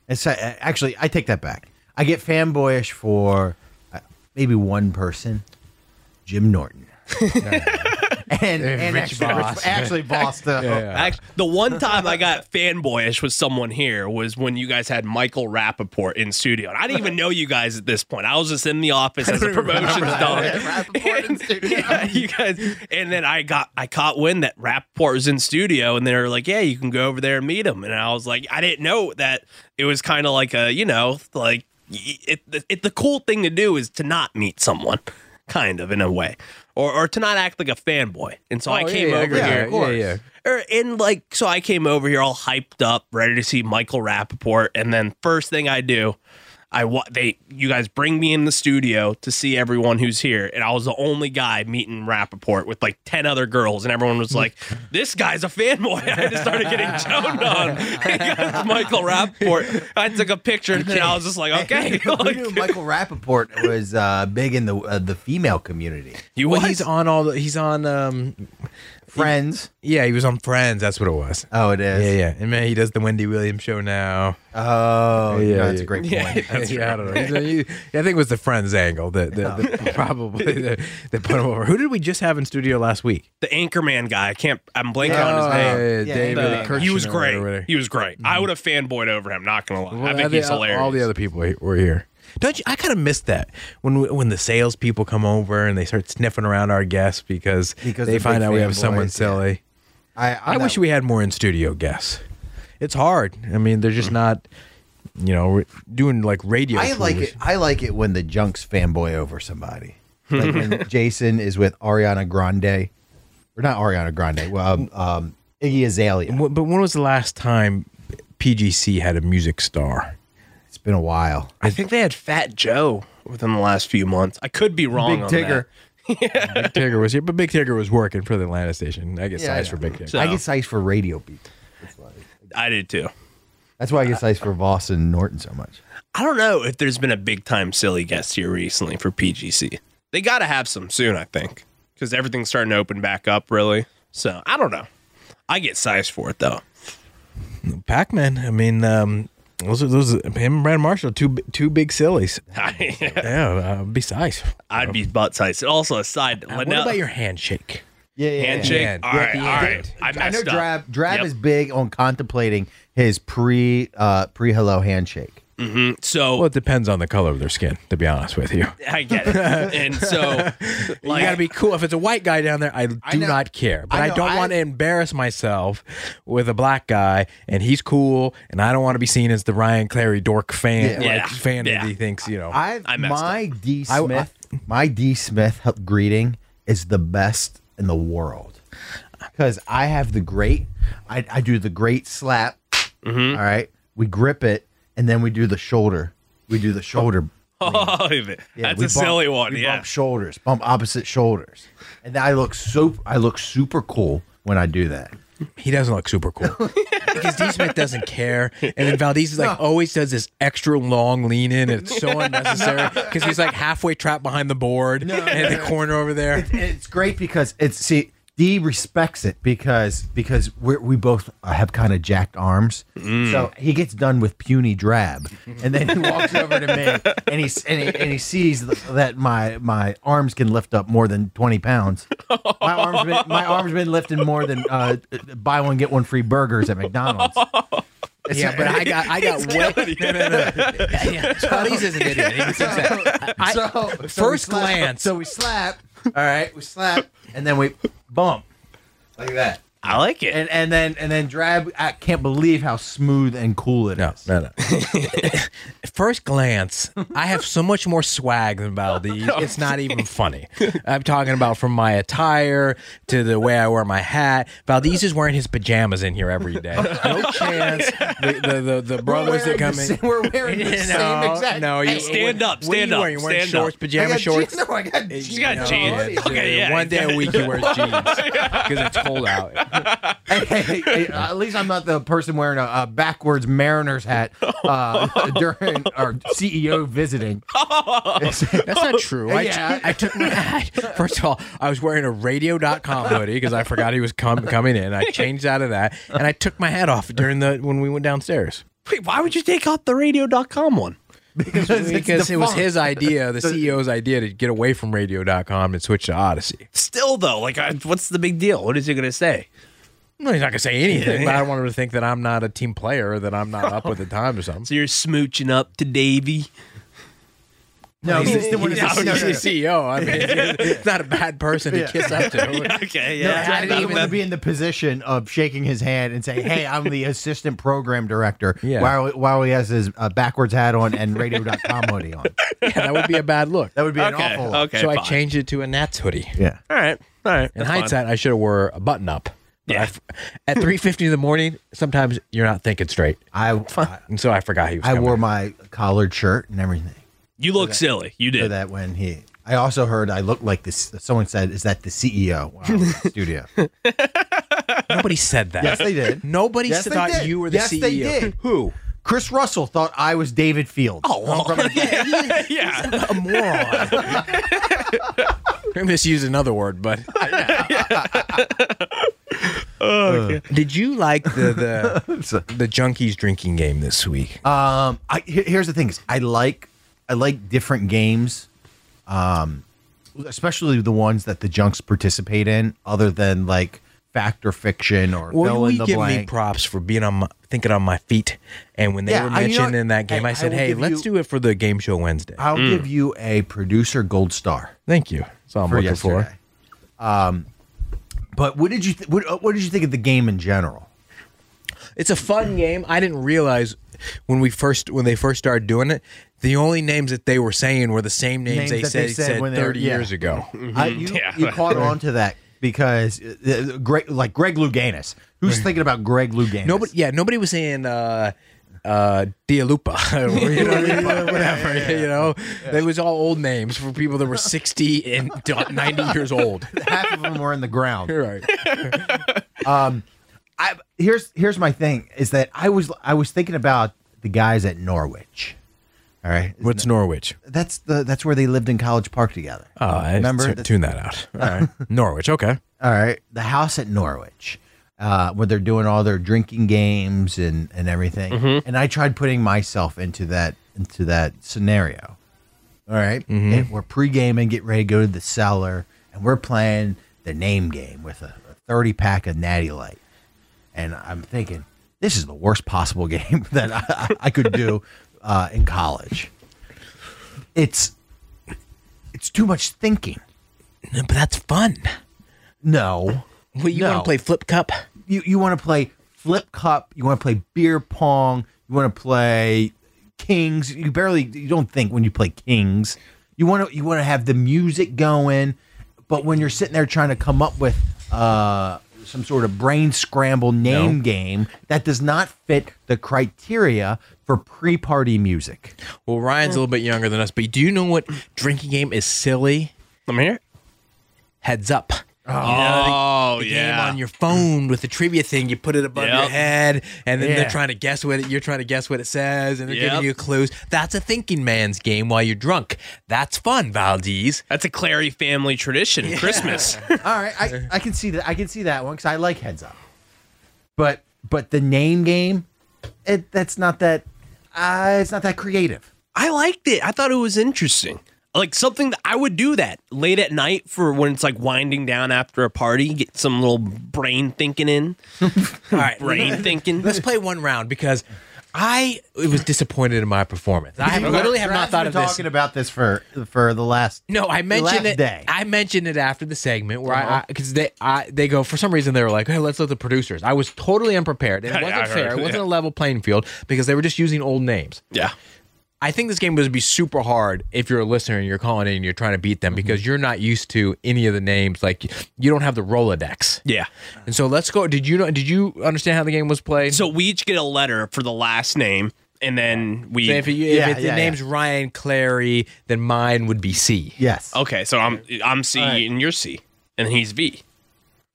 Speaker 4: It's uh, actually I take that back. I get fanboyish for uh, maybe one person, Jim Norton, and, and
Speaker 5: Rich
Speaker 4: actually,
Speaker 5: Boss.
Speaker 4: actually boss though.
Speaker 6: Act- the one time I got fanboyish with someone here was when you guys had Michael Rappaport in studio. And I didn't even know you guys at this point. I was just in the office as a promotions dog. And- yeah, you guys, and then I got I caught wind that Rappaport was in studio, and they were like, "Yeah, you can go over there and meet him." And I was like, I didn't know that it was kind of like a you know like y- it, the- it the cool thing to do is to not meet someone, kind of in a way. Or, or to not act like a fanboy. And so I
Speaker 5: Oh, yeah,
Speaker 6: came
Speaker 5: yeah, I
Speaker 6: over
Speaker 5: agree.
Speaker 6: here.
Speaker 5: Yeah, yeah, yeah.
Speaker 6: Er, and like, so I came over here all hyped up, ready to see Michael Rappaport. And then first thing I do, I wa- they you guys bring me in the studio to see everyone who's here, and I was the only guy meeting Rappaport with like ten other girls, and everyone was like, "This guy's a fanboy." I just started getting toned on because Michael Rappaport. I took a picture, and then I was just like, "Okay,
Speaker 4: Who knew
Speaker 6: like,
Speaker 4: Michael Rappaport was uh, big in the uh, the female community?
Speaker 6: you
Speaker 5: well,
Speaker 6: what?"
Speaker 5: he's on all the, he's on um
Speaker 4: Friends.
Speaker 5: yeah, he was on Friends, that's what it was. Uh,
Speaker 4: Oh, it is.
Speaker 5: yeah, yeah. And man, he does the Wendy Williams show now.
Speaker 4: Oh,
Speaker 5: Yeah,
Speaker 4: yeah,
Speaker 5: yeah.
Speaker 4: that's a great point.
Speaker 5: Uh, yeah, Oh. I don't know. He's a- he- I think it was the Friends angle that, that, that probably that, that put him over. Who did we just have in studio last week?
Speaker 6: the Anchorman guy. I can't. I'm blanking on
Speaker 5: Oh,
Speaker 6: his name.
Speaker 4: Yeah,
Speaker 5: David
Speaker 4: the-
Speaker 5: Kirchner
Speaker 6: Uh, he was
Speaker 5: or
Speaker 6: great.
Speaker 5: whatever.
Speaker 6: He was great. I would have fanboyed over him. Not gonna lie.
Speaker 5: Mm-hmm. Well,
Speaker 6: I think
Speaker 5: the-
Speaker 6: he's hilarious.
Speaker 5: All the other people he- were here. Don't you? I kind of miss that when when the salespeople come over and they start sniffing around our guests because,
Speaker 4: Because
Speaker 5: they
Speaker 4: they're
Speaker 5: find
Speaker 4: big
Speaker 5: out we have
Speaker 4: fanboys,
Speaker 5: someone
Speaker 4: yeah.
Speaker 5: silly.
Speaker 4: I,
Speaker 5: I wish we had more in studio guests. It's hard. I mean, they're just not. You know, we're doing like radio.
Speaker 4: Mm-hmm. I like
Speaker 5: tours.
Speaker 4: it. I like it when the junks fanboy over somebody. Like when Jason is with Ariana Grande, or not Ariana Grande. Well, um, um, Iggy Azalea.
Speaker 5: Wh- But when was the last time PGC had a music star?
Speaker 4: It's been a while.
Speaker 6: I think they had Fat Joe within the last few months. I could be wrong. on that.
Speaker 5: Big Tigger was here, but Big Tigger was working for the Atlanta station. I get
Speaker 4: Yeah,
Speaker 5: size
Speaker 4: I
Speaker 5: for Big Tigger.
Speaker 6: So-
Speaker 4: I get size for radio people.
Speaker 6: I did too.
Speaker 4: That's why I get size for Voss and Norton so much.
Speaker 6: I don't know if there's been a big time silly guest here recently for PGC. They got to have some soon, I think, because everything's starting to open back up really. So I don't know. I get sized for it though.
Speaker 5: Pac-Man. I mean, um, those are those are- him and Brad Marshall, two b- two big sillies. yeah, uh, besides.
Speaker 6: I'd be butt sized. Also, a side.
Speaker 5: Uh, what about your handshake?
Speaker 4: Yeah, yeah.
Speaker 6: handshake?
Speaker 5: hand?
Speaker 6: All
Speaker 5: Yeah,
Speaker 6: right,
Speaker 5: the
Speaker 6: all
Speaker 5: hand.
Speaker 6: right. I
Speaker 4: I know
Speaker 6: messed up.
Speaker 4: Drab. Drab
Speaker 6: Yep.
Speaker 4: is big on contemplating his pre uh, pre hello handshake.
Speaker 6: So
Speaker 5: Well, it depends on the color of their skin. To be honest with you,
Speaker 6: I get it. And so, like,
Speaker 5: you got to be cool. If it's a white guy down there, I do
Speaker 4: know-
Speaker 5: not care, but
Speaker 4: I
Speaker 5: I,
Speaker 4: know,
Speaker 5: don't
Speaker 4: I-
Speaker 5: want to embarrass myself with a black guy, and he's cool, and I don't want to be seen as the Ryan Clary dork fan,
Speaker 6: Yeah. Yeah.
Speaker 5: like fan that
Speaker 6: Yeah.
Speaker 5: he thinks you know.
Speaker 4: I,
Speaker 6: I messed
Speaker 4: my D
Speaker 5: I- I-
Speaker 4: Smith, my D Smith h- greeting is the best in the world because I have the great. I, I do the great
Speaker 6: Mm-hmm.
Speaker 4: slap. all right, we grip it, and then we do the shoulder. We do the shoulder.
Speaker 6: Oh, even-
Speaker 4: Yeah,
Speaker 6: that's
Speaker 4: we
Speaker 6: a silly
Speaker 4: bump-
Speaker 6: one.
Speaker 4: we
Speaker 6: Yeah.
Speaker 4: bump shoulders, bump opposite shoulders, and I look so I look super cool when I do that.
Speaker 5: He doesn't look super cool because D Smith doesn't care, and then Valdez is like always does this extra long lean in, and it's so unnecessary because he's like halfway trapped behind the board and the corner over there.
Speaker 4: And it's great because it's see D respects it because because we're, we both have kind of jacked arms, so he gets done with puny drab, and then he walks over to me and he and he, and he sees that my my arms can lift up more than twenty pounds. My arms been, my arms been lifting more than uh, buy one get one free burgers at McDonald's.
Speaker 5: Yeah, but I got I got way. No, no, no. Yeah, Valdez is an idiot. He thinks that. I-
Speaker 4: so, so we
Speaker 5: first
Speaker 4: slap.
Speaker 5: glance-
Speaker 4: so we slap. All right, we slap, and then we bump like that.
Speaker 6: I like it.
Speaker 4: and and then and then drab. I can't believe how smooth and cool it is.
Speaker 5: No, no, no. At first glance, I have so much more swag than Valdez. It's not even funny. I'm talking about from my attire to the way I wear my hat. Valdez is wearing his pajamas in here every day. No chance. The, the, the, the brothers that come in.
Speaker 4: We're wearing the
Speaker 5: no,
Speaker 4: same exact.
Speaker 5: no, you
Speaker 6: Hey, stand
Speaker 5: what-
Speaker 6: up,
Speaker 5: What are
Speaker 6: stand
Speaker 5: you
Speaker 6: up,
Speaker 5: wearing? You're wearing
Speaker 6: stand up.
Speaker 5: shorts,
Speaker 4: I
Speaker 5: pajama
Speaker 4: got
Speaker 5: shorts.
Speaker 4: jeans. No, I got
Speaker 6: She's got
Speaker 4: jeans.
Speaker 6: jeans.
Speaker 4: Already.
Speaker 6: Okay, yeah.
Speaker 5: One day a week he wears jeans because it's cold out.
Speaker 4: Hey, hey, hey, hey, uh, at least I'm not the person wearing a, a backwards Mariners hat uh, during our CEO visiting.
Speaker 5: That's not true. I,
Speaker 4: Yeah.
Speaker 5: I took my hat. First of all, I was wearing a radio.com hoodie because I forgot he was com- coming in. I changed out of that and I took my hat off during the when we went downstairs.
Speaker 6: Wait, why would you take off the radio.com one?
Speaker 4: Because, it's
Speaker 5: Because it was
Speaker 4: defunct.
Speaker 5: his idea, the CEO's idea to get away from radio.com and switch to Odyssey.
Speaker 6: Still though, like, I, what's the big deal? What is he gonna say?
Speaker 5: Well, he's not going to say anything, but I don't want him to think that I'm not a team player or that I'm not up with the times or something.
Speaker 6: So you're smooching up to Davey.
Speaker 4: No, Oh, he's the one who's
Speaker 5: He's
Speaker 4: the
Speaker 5: the
Speaker 4: CEO.
Speaker 5: CEO. I mean, it's not a bad person to kiss up to.
Speaker 6: Okay,
Speaker 4: No,
Speaker 6: yeah.
Speaker 4: I didn't even want to be in the position of shaking his hand and saying, "Hey, I'm the assistant program director."
Speaker 5: Yeah.
Speaker 4: While while he has his uh, backwards hat on and radio.com hoodie on,
Speaker 5: Yeah, that would be a bad look.
Speaker 4: that would be an
Speaker 6: okay,
Speaker 4: awful. look.
Speaker 6: okay.
Speaker 5: so I
Speaker 6: fine.
Speaker 5: changed it to a Nats hoodie.
Speaker 4: Yeah.
Speaker 6: All right, all right.
Speaker 5: In
Speaker 6: that's fine.
Speaker 5: hindsight, I should have wore a button up. But I
Speaker 6: Yeah.
Speaker 5: f- at three fifty in the morning, sometimes you're not thinking straight,
Speaker 4: I I,
Speaker 5: and so I forgot he was.
Speaker 4: I
Speaker 5: coming.
Speaker 4: wore my collared shirt and everything.
Speaker 6: you look silly. You
Speaker 4: So
Speaker 6: did.
Speaker 4: that when he, I also heard I looked like this. Someone said, "Is that the E CEO?" Wow, the studio.
Speaker 5: Nobody said that.
Speaker 4: yes, they did.
Speaker 5: Nobody
Speaker 4: Yes, they
Speaker 5: thought
Speaker 4: did.
Speaker 5: you were the
Speaker 4: Yes,
Speaker 5: CEO.
Speaker 4: they did.
Speaker 5: Who?
Speaker 4: Chris Russell thought I was David Fields. Oh,
Speaker 6: yeah.
Speaker 5: A moron. I misused another word, but Oh, Uh, did you like the the the junkies drinking game this week?
Speaker 4: Um, I he- here's the thing: is I like I like different games, um, especially the ones that the junks participate in, other than like fact or fiction or
Speaker 5: Well,
Speaker 4: fill in
Speaker 5: we
Speaker 4: the
Speaker 5: give me
Speaker 4: blank.
Speaker 5: props for being on my, thinking on my feet. And when they
Speaker 4: Yeah,
Speaker 5: were
Speaker 4: I- you know
Speaker 5: mentioned
Speaker 4: what?
Speaker 5: in that game,
Speaker 4: I-
Speaker 5: I,
Speaker 4: I
Speaker 5: said,
Speaker 4: will
Speaker 5: "Hey,
Speaker 4: give
Speaker 5: let's
Speaker 4: you-
Speaker 5: do it for the game show Wednesday."
Speaker 4: I'll give you a producer gold star
Speaker 5: Thank you. That's all I'm
Speaker 4: for
Speaker 5: looking
Speaker 4: yesterday.
Speaker 5: for.
Speaker 4: Um, but what did you th- what, uh, what did you think of the game in general?
Speaker 5: It's a fun game. I didn't realize when we first when they first started doing it, the only names that they were saying were the same names,
Speaker 4: Names
Speaker 5: they,
Speaker 4: that
Speaker 5: said,
Speaker 4: they said
Speaker 5: said
Speaker 4: when they were-
Speaker 5: 30
Speaker 4: yeah.
Speaker 5: years ago.
Speaker 4: I, you, you caught on to that because uh, uh, Greg, like Greg Louganis, who's thinking about Greg Louganis?
Speaker 5: Nobody, yeah, nobody was saying uh, uh, Dialupa, or, you know, what I mean? whatever. You know, it was all old names for people that were 60 and 90 years old.
Speaker 4: half of them were in the ground.
Speaker 5: You're right.
Speaker 4: I here's here's my thing is that I was I was thinking about the guys at Norwich. All right,
Speaker 5: What's Norwich?
Speaker 4: that's the that's where they lived in College Park together.
Speaker 5: Oh, I
Speaker 4: Remember?
Speaker 5: remember.
Speaker 4: That's-
Speaker 5: tune that out. All right. Norwich. Okay.
Speaker 4: All right, the house at Norwich, uh, where they're doing all their drinking games and and everything.
Speaker 5: Mm-hmm.
Speaker 4: And I tried putting myself into that into that scenario. All right?
Speaker 5: Mm-hmm.
Speaker 4: and we're pre gaming, get ready to go to the cellar, and we're playing the name game with a, a thirty pack of Natty Light. and I'm thinking this is the worst possible game that I, I could do uh, in college. It's it's too much thinking.
Speaker 5: No, but that's fun.
Speaker 4: No,
Speaker 5: Well, you want
Speaker 4: No.
Speaker 5: to play flip cup?
Speaker 4: you you want to play flip cup, you want to play beer pong, you want to play kings. You barely you don't think when you play kings. You want to you want to have the music going, but when you're sitting there trying to come up with uh some sort of brain scramble name
Speaker 5: No.
Speaker 4: game that does not fit the criteria for pre-party music.
Speaker 5: Well, Ryan's a little bit younger than us, but do you know what drinking game is silly?
Speaker 6: Let me hear. it.
Speaker 5: Heads up. Oh,
Speaker 6: Oh,
Speaker 5: the
Speaker 6: yeah.
Speaker 5: game on your phone with the trivia thing. You put it above your
Speaker 6: Yep.
Speaker 5: head, and then
Speaker 4: Yeah.
Speaker 5: they're trying to guess what it. You're trying to guess what it says, and they're
Speaker 6: Yep.
Speaker 5: giving you clues. That's a thinking man's game while you're drunk. That's fun, Valdez.
Speaker 6: That's a Clary family tradition. Christmas.
Speaker 4: All right, I, I can see that. I can see that one because I like heads up. But but the name game, it that's not that. Uh, it's not that creative.
Speaker 6: I liked it. I thought it was interesting. Like something that I would do that late at night for when it's like winding down after a party, get some little brain thinking in.
Speaker 5: All right,
Speaker 6: Brain thinking.
Speaker 5: Let's play one round because I it was disappointed in my performance. I have, literally have not
Speaker 4: Brad's
Speaker 5: thought
Speaker 4: been
Speaker 5: of this.
Speaker 4: Talking about this for for the last
Speaker 5: No, I mentioned
Speaker 4: last
Speaker 5: it.
Speaker 4: day. Uh-huh.
Speaker 5: I mentioned it after the segment where I because they I, they go for some reason they were like, hey, let's let the producers. I was totally unprepared. And it
Speaker 6: Yeah,
Speaker 5: wasn't
Speaker 6: I heard,
Speaker 5: fair. It
Speaker 6: yeah.
Speaker 5: wasn't a level playing field because they were just using old names.
Speaker 6: Yeah.
Speaker 5: I think this game would be super hard if you're a listener and you're calling in and you're trying to beat them
Speaker 4: Mm-hmm.
Speaker 5: because you're not used to any of the names. Like you don't have the Rolodex.
Speaker 6: Yeah.
Speaker 5: And so let's go. Did you know? Did you understand how the game was played?
Speaker 6: So we each get a letter for the last name, and then we.
Speaker 5: So if, you, if
Speaker 4: Yeah,
Speaker 5: it, the
Speaker 4: yeah, yeah.
Speaker 5: name's Ryan Clary, then mine would be C.
Speaker 4: Yes.
Speaker 6: okay, so I'm I'm C and you're C, and he's V.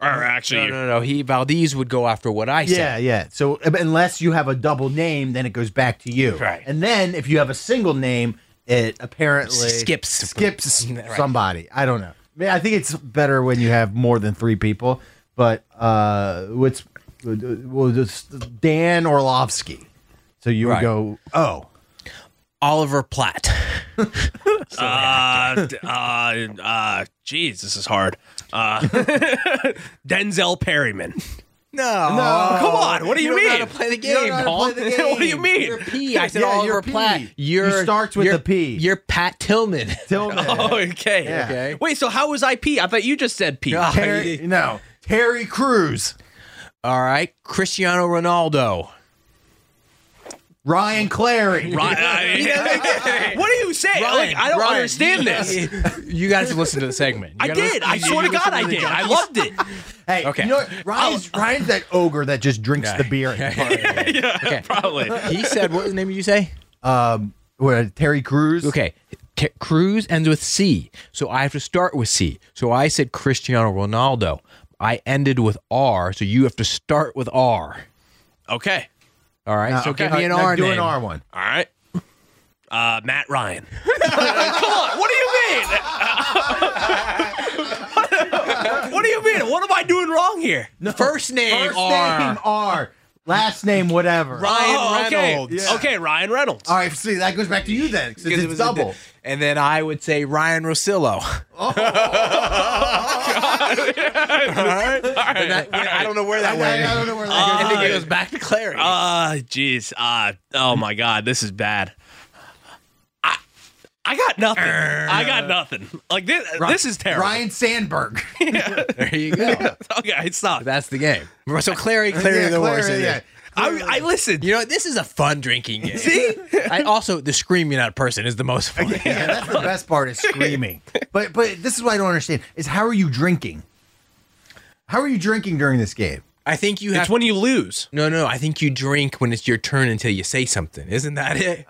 Speaker 6: Or
Speaker 5: No,
Speaker 6: actually,
Speaker 5: no, no. He Valdez would go after what I
Speaker 4: Yeah,
Speaker 5: said.
Speaker 4: yeah. So uh, but unless you have a double name, then it goes back to you.
Speaker 6: Right.
Speaker 4: And then if you have a single name, it apparently
Speaker 5: Skips.
Speaker 4: skips
Speaker 5: Right.
Speaker 4: somebody. I don't know. I, mean, I think it's better when you have more than three people. But uh, what's well, just Dan Orlovsky. So you would
Speaker 5: Right.
Speaker 4: go oh
Speaker 5: Oliver Platt.
Speaker 6: Uh, d- uh, uh, jeez, this is hard. Uh, Denzel Perryman.
Speaker 5: No,
Speaker 6: No, come on, what do you
Speaker 5: don't know how
Speaker 6: mean?
Speaker 5: to play the
Speaker 4: don't
Speaker 5: game,
Speaker 4: know how to
Speaker 5: Paul.
Speaker 4: play the
Speaker 6: what do you
Speaker 4: game.
Speaker 6: mean?
Speaker 5: You're P. I said
Speaker 4: Yeah,
Speaker 5: Oliver
Speaker 4: you're P.
Speaker 5: Platt.
Speaker 4: You
Speaker 5: You're
Speaker 4: starts with
Speaker 5: you're-
Speaker 4: a P.
Speaker 5: You're Pat Tillman.
Speaker 4: Tillman.
Speaker 6: Oh, okay.
Speaker 4: Yeah.
Speaker 5: Okay.
Speaker 6: Wait, so how was I P? I thought you just said P.
Speaker 5: Yeah.
Speaker 4: Terry, no Terry Crews,
Speaker 5: All right, Cristiano Ronaldo.
Speaker 4: Ryan Clary.
Speaker 6: Right, I- what do you say? like, I don't
Speaker 5: Ryan,
Speaker 6: understand this.
Speaker 5: You guys listen to the segment. You
Speaker 6: I
Speaker 5: gotta
Speaker 6: did.
Speaker 5: listen-
Speaker 6: I
Speaker 5: you-
Speaker 6: swear to
Speaker 5: you listen
Speaker 6: God, I
Speaker 5: the
Speaker 6: did. I
Speaker 5: jockeys.
Speaker 6: loved it.
Speaker 4: Hey,
Speaker 5: Okay.
Speaker 4: you know what? Ryan's, Ryan's that ogre that just drinks the beer.
Speaker 5: Okay.
Speaker 6: Probably.
Speaker 5: He said, "What name did you say?"
Speaker 4: um, what, Terry Crews.
Speaker 5: Okay. T- Cruz ends with C. So I have to start with C. So I said Cristiano Ronaldo. I ended with R. So you have to start with R.
Speaker 6: Okay.
Speaker 5: All right. so
Speaker 4: Uh, okay.
Speaker 5: give me an
Speaker 4: Now
Speaker 5: R
Speaker 4: Do
Speaker 5: name.
Speaker 4: an R one.
Speaker 6: All right. Uh, Matt Ryan. Come on. What do you mean? what do you mean? What am I doing wrong here?
Speaker 5: First name
Speaker 4: First
Speaker 5: R.
Speaker 4: name R. Last name whatever.
Speaker 5: Ryan
Speaker 6: Oh, okay.
Speaker 5: Reynolds.
Speaker 6: Okay, Ryan Reynolds.
Speaker 4: All right, see that goes back to you then, because
Speaker 5: Because it
Speaker 4: it's
Speaker 5: was a
Speaker 4: double.
Speaker 5: di- and then I would say Ryan Rosillo. All right. And that- I don't know where that went.
Speaker 4: I don't know where that
Speaker 5: I
Speaker 4: goes.
Speaker 5: think it goes back to Clary.
Speaker 6: Uh, jeez. Uh, oh my God, this is bad. I, I got nothing. I
Speaker 5: Uh,
Speaker 6: got nothing. Like this, this is terrible.
Speaker 4: Ryan Sandberg.
Speaker 5: there you go.
Speaker 6: Okay, stop.
Speaker 5: That's the game. So Clary, Clary,
Speaker 4: Yeah,
Speaker 5: the worst.
Speaker 4: Clary,
Speaker 5: it
Speaker 4: yeah.
Speaker 5: is.
Speaker 6: I, I listened.
Speaker 5: You know, this is a fun drinking game. See? I also the screaming out person is the most fun.
Speaker 4: Yeah, that's the best part is screaming. but but this is what I don't understand is how are you drinking? How are you drinking during this game?
Speaker 5: I think you have
Speaker 6: It's when you lose.
Speaker 5: No, no, I think you drink when it's your turn until you say something. Isn't that it?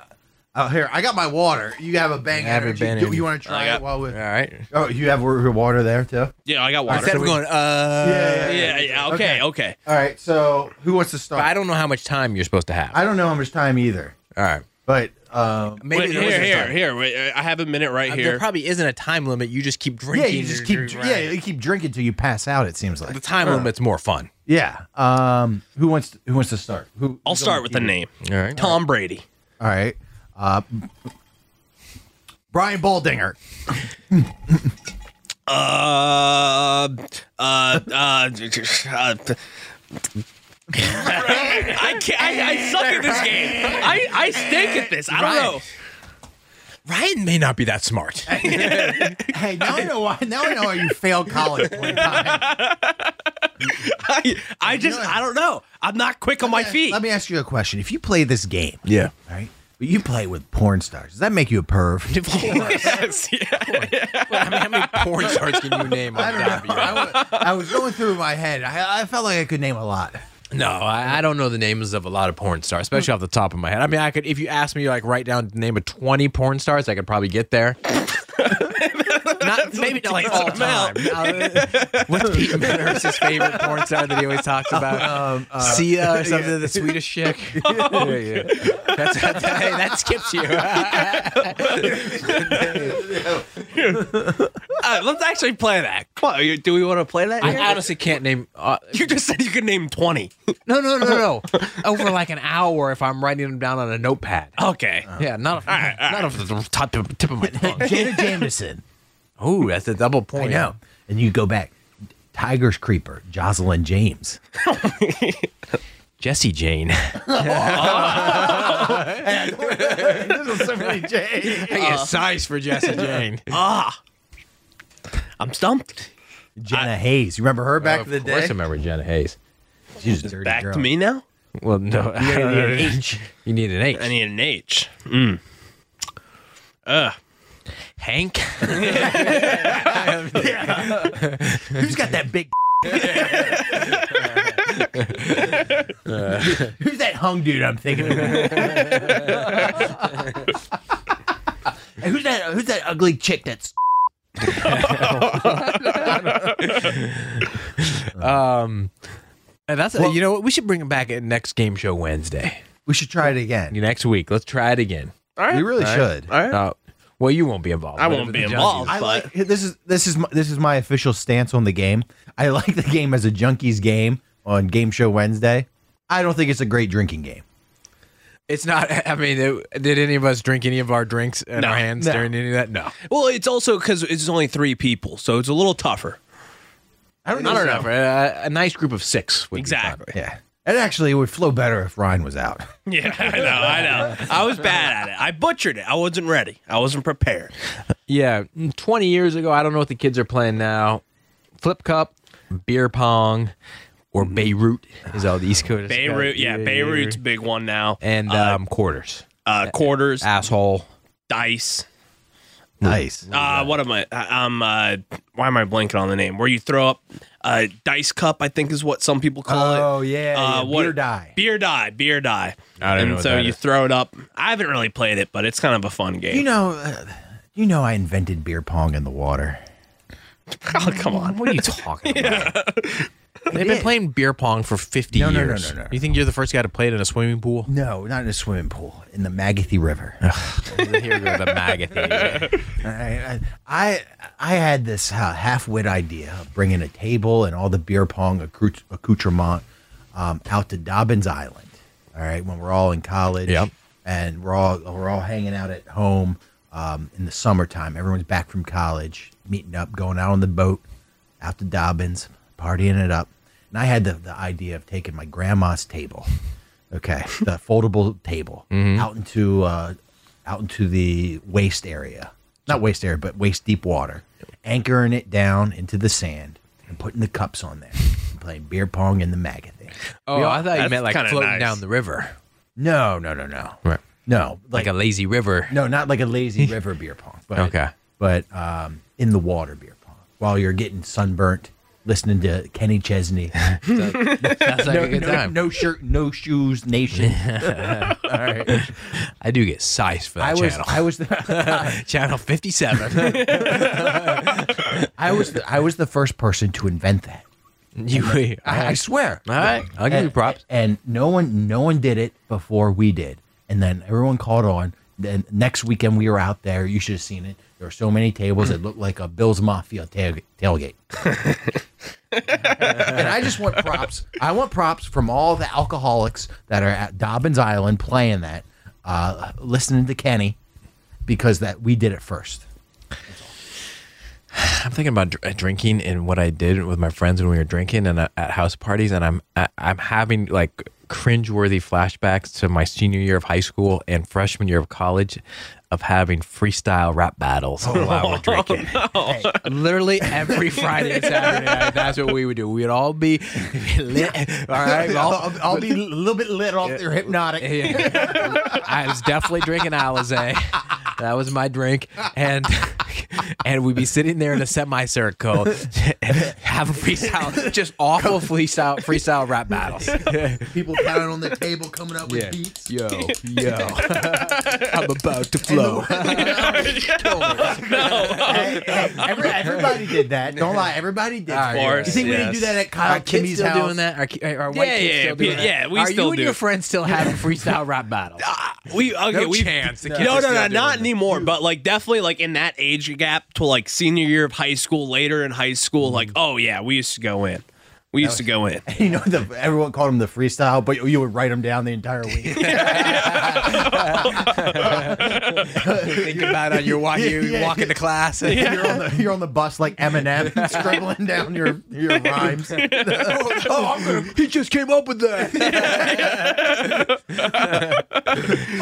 Speaker 4: Oh, here I got my water. You have a bang
Speaker 5: have a
Speaker 4: energy.
Speaker 5: Bang
Speaker 4: Do
Speaker 5: Energy.
Speaker 4: you want to try
Speaker 6: I got-
Speaker 4: it while we?
Speaker 5: All right.
Speaker 4: Oh, you have your water there too.
Speaker 6: Yeah, I got water.
Speaker 5: Instead of going, uh
Speaker 4: Yeah, yeah,
Speaker 6: yeah, yeah. Okay, okay.
Speaker 4: All right, so who wants to
Speaker 5: but
Speaker 4: start?
Speaker 5: I don't know how much time you're supposed to have.
Speaker 4: I don't know how much time either,
Speaker 5: All right.
Speaker 4: but um,
Speaker 5: Maybe
Speaker 6: Wait,
Speaker 5: there
Speaker 6: here,
Speaker 5: isn't a
Speaker 6: here,
Speaker 5: time.
Speaker 6: here. Wait, I have a minute right
Speaker 5: Uh,
Speaker 6: here.
Speaker 5: There probably isn't a time limit. You just keep
Speaker 4: yeah,
Speaker 5: drinking.
Speaker 4: you just keep yeah, you keep drinking till you pass out. It seems
Speaker 5: The
Speaker 4: like
Speaker 5: time limit's more fun.
Speaker 4: yeah. Um, who wants who wants to start? Who?
Speaker 6: I'll
Speaker 4: who's
Speaker 6: start
Speaker 4: on
Speaker 6: with the
Speaker 4: team?
Speaker 6: name.
Speaker 5: All right.
Speaker 6: Tom Brady.
Speaker 4: All right, uh, Brian Baldinger.
Speaker 6: Uh, uh, uh, uh, I can't. I, I suck at this game. I, I stink at this. I don't
Speaker 5: Ryan.
Speaker 6: know.
Speaker 5: Ryan may not be that smart.
Speaker 4: Hey, now I know why. Now I know why you failed college one time.
Speaker 6: I, I just I don't know. I'm not quick on my feet.
Speaker 4: Let me ask you a question. If you play this game,
Speaker 5: yeah.
Speaker 4: right? But you play with porn stars. Does that make you a perv?
Speaker 6: yes, yeah.
Speaker 5: I mean, how many porn stars can you name?
Speaker 4: I don't know. I wa- I was going through my head. I, I felt like I could name a lot.
Speaker 5: No, I, I don't know the names of a lot of porn stars, especially off the top of my head. I mean, I could if you asked me like write down the name of twenty porn stars, I could probably get there. not maybe not like all time. Now, What's Pete Manners' favorite porn star that he always talks about? Um, Sia or something, the Swedish chick. yeah, yeah. That's, that, hey, that skips you.
Speaker 6: Uh, let's actually play that. Come on, you- do we want to play that?
Speaker 5: I
Speaker 6: here?
Speaker 5: honestly can't name. Uh,
Speaker 6: you just said you could name twenty.
Speaker 5: no, no, no, no. Over like an hour if I'm writing them down on a notepad.
Speaker 6: Okay.
Speaker 5: Yeah, not not off the top tip, tip of my tongue.
Speaker 4: Jada Jameson.
Speaker 5: Oh, that's a double point.
Speaker 4: I know. And you go back. Tiger's Creeper, Jocelyn James.
Speaker 5: Jesse Jane. hey, a size for Jesse Jane.
Speaker 6: I'm stumped.
Speaker 4: Jenna Hayes. You remember her back in the
Speaker 5: of course, I
Speaker 4: day?
Speaker 5: remember Jenna Hayes.
Speaker 4: She was a dirty
Speaker 6: Back
Speaker 4: girl.
Speaker 6: to me now.
Speaker 5: Well, no, you need an H.
Speaker 6: I need an H.
Speaker 5: Hank.
Speaker 4: Who's got that big Who's that hung dude I'm thinking of? and who's that who's that ugly chick that's
Speaker 5: And that's you know what? We should bring him back at next game show Wednesday
Speaker 4: we should try it again.
Speaker 5: next week. Let's try it again.
Speaker 6: All right.
Speaker 4: We really should.
Speaker 6: All right.
Speaker 5: Uh, well, you won't be involved.
Speaker 6: I
Speaker 5: But
Speaker 6: won't
Speaker 5: if
Speaker 6: be
Speaker 5: the Junkies-
Speaker 6: involved.
Speaker 4: I
Speaker 6: but-
Speaker 4: like this is this is my, this is my official stance on the game. I like the game as a junkies game on Game Show Wednesday. I don't think it's a great drinking game.
Speaker 5: It's not. I mean, it- did any of us drink any of our drinks in our hands
Speaker 4: No.
Speaker 5: during any of that? No.
Speaker 6: Well, it's also because it's only three people, so it's a little tougher.
Speaker 4: I don't,
Speaker 5: I
Speaker 4: think
Speaker 5: don't
Speaker 4: so.
Speaker 5: know. A, a nice group of six. Would be fun.
Speaker 6: Exactly.
Speaker 4: Yeah, it actually would flow better if Ryan was out.
Speaker 6: Yeah, I know. I know. I was bad at it. I butchered it. I wasn't ready. I wasn't prepared.
Speaker 5: Yeah, 20 years ago, I don't know what the kids are playing now. Flip cup, beer pong, or Beirut is all the East Coast.
Speaker 6: Beirut, yeah, Beirut's a big one now.
Speaker 5: And um, quarters.
Speaker 6: Uh, quarters,
Speaker 5: Asshole.
Speaker 6: dice.
Speaker 4: Nice.
Speaker 6: Uh, what am I? I- I'm. Uh, why am I blanking on the name? Where you throw up uh, dice cup? I think is what some people call it.
Speaker 4: Oh, yeah, yeah,
Speaker 6: Uh, what-
Speaker 4: beer die.
Speaker 6: Beer die. Beer die.
Speaker 5: I don't
Speaker 6: and
Speaker 5: know what
Speaker 6: so
Speaker 5: that
Speaker 6: you
Speaker 5: is.
Speaker 6: throw it up. I haven't really played it, but it's kind of a fun game.
Speaker 4: You know, uh, you know, I invented beer pong in the water.
Speaker 6: oh, come on.
Speaker 5: What are you talking about? They've been playing beer pong for 50
Speaker 4: No, no, no,
Speaker 5: years.
Speaker 4: no, no.
Speaker 5: You think you're the first guy to play it in a swimming pool?
Speaker 4: No, not in a swimming pool in the Magathy River.
Speaker 5: Here go the maggot thing.
Speaker 4: I, I I had this uh, half-wit idea of bringing a table and all the beer pong accoutre- accoutrement um, out to Dobbins Island. All right, when we're all in college,
Speaker 5: Yep.
Speaker 4: and we're all we're all hanging out at home um, in the summertime. Everyone's back from college, meeting up, going out on the boat, out to Dobbins, partying it up. And I had the, the idea of taking my grandma's table, okay, the foldable table,
Speaker 5: Mm-hmm.
Speaker 4: out into uh, out into the waste area, not waste area, but waist deep water, anchoring it down into the sand and putting the cups on there, and playing beer pong in the maggot thing.
Speaker 5: Oh, I thought you
Speaker 6: That's
Speaker 5: meant like
Speaker 6: kinda
Speaker 5: floating
Speaker 6: nice.
Speaker 5: down the river.
Speaker 4: No, no, no, no,
Speaker 5: Right.
Speaker 4: no,
Speaker 5: Like a lazy river.
Speaker 4: no, not like a lazy river beer pong. But,
Speaker 5: Okay.
Speaker 4: But um, in the water beer pong while you're getting sunburnt, listening to Kenny Chesney.
Speaker 5: That's like a good
Speaker 4: no,
Speaker 5: time.
Speaker 4: no shirt, no shoes, nation.
Speaker 5: All right. I do get sized for
Speaker 4: I
Speaker 5: that
Speaker 4: was,
Speaker 5: channel.
Speaker 4: I was, the,
Speaker 5: channel 57.
Speaker 4: I was, the, I was the first person to invent that.
Speaker 5: you,
Speaker 4: I, I swear.
Speaker 5: All right, I'll give you
Speaker 4: And-
Speaker 5: props.
Speaker 4: And no one, no one did it before we did. And then everyone caught on. Then next weekend we were out there. You should have seen it. There were so many tables. It looked like a Bills Mafia tailg- tailgate. and I just want props. I want props from all the alcoholics that are at Dobbins Island playing that, uh, listening to Kenny, because that we did it first.
Speaker 5: I'm thinking about dr- drinking and what I did with my friends when we were drinking and uh, at house parties, and I'm I, I'm having like cringeworthy flashbacks to my senior year of high school and freshman year of college of having freestyle rap battles while we're drinking. Literally every Friday and Saturday night, that's what we would do. We'd all be lit. All right. we'd all-
Speaker 4: I'll, I'll be a little bit lit off their hypnotic.
Speaker 5: yeah. I was definitely drinking Alizé. That was my drink, and and we'd be sitting there in a semicircle, having freestyle, just awful freestyle freestyle rap battles.
Speaker 4: People pounding on the table, coming up with beats.
Speaker 5: Yo, yo, I'm about to flow.
Speaker 4: Hey, hey, every- everybody did that. Don't lie. Everybody did.
Speaker 5: All
Speaker 4: that.
Speaker 5: right,
Speaker 4: you think we didn't
Speaker 6: yes.
Speaker 4: do that at Kyle
Speaker 5: Our kids
Speaker 4: Kimmy's
Speaker 5: still
Speaker 4: house?
Speaker 5: doing that? Our, ki- our white
Speaker 6: Yeah,
Speaker 5: kids
Speaker 6: yeah,
Speaker 5: still doing
Speaker 6: yeah,
Speaker 5: that?
Speaker 6: yeah, we
Speaker 5: Are
Speaker 6: still
Speaker 5: you and
Speaker 6: do.
Speaker 5: your friends still having freestyle rap battles?
Speaker 6: Uh, We okay.
Speaker 5: No
Speaker 6: we,
Speaker 5: chance. The
Speaker 6: No,
Speaker 5: kids
Speaker 6: no,
Speaker 5: are still
Speaker 6: no,
Speaker 5: doing
Speaker 6: not
Speaker 5: it.
Speaker 6: anymore. But like, definitely, like in that age gap to like senior year of high school, later in high school,
Speaker 4: Mm.
Speaker 6: like, oh yeah, we used to go in. We used to go in.
Speaker 4: You know, the, everyone called him the freestyle, but you would write them down the entire week.
Speaker 5: Think about it. You're walking, you're
Speaker 4: Yeah, yeah.
Speaker 5: walking to class. And
Speaker 4: You're on the you're on the bus like Eminem, scribbling down your your rhymes.
Speaker 5: oh, I'm gonna, he just came up with that.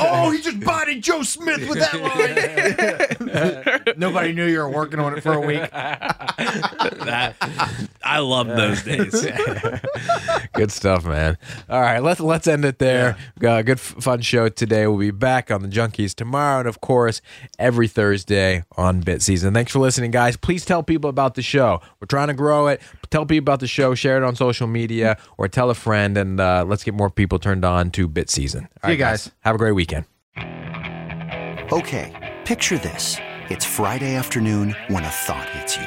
Speaker 4: oh, he just bodied Joe Smith with that line. Nobody knew you were working on it for a week.
Speaker 6: That I love those days.
Speaker 5: good stuff, man. All right, let's let's end it there. We Got a good f- fun show today. We'll be back on the Junkies tomorrow, and of course, every Thursday on Bit Season. Thanks for listening, guys. Please tell people about the show. We're trying to grow it. Tell people about the show. Share it on social media, or tell a friend, and uh, let's get more people turned on to Bit Season. All
Speaker 4: See you guys.
Speaker 5: Have a great weekend.
Speaker 1: Okay, picture this. It's Friday afternoon when a thought hits you.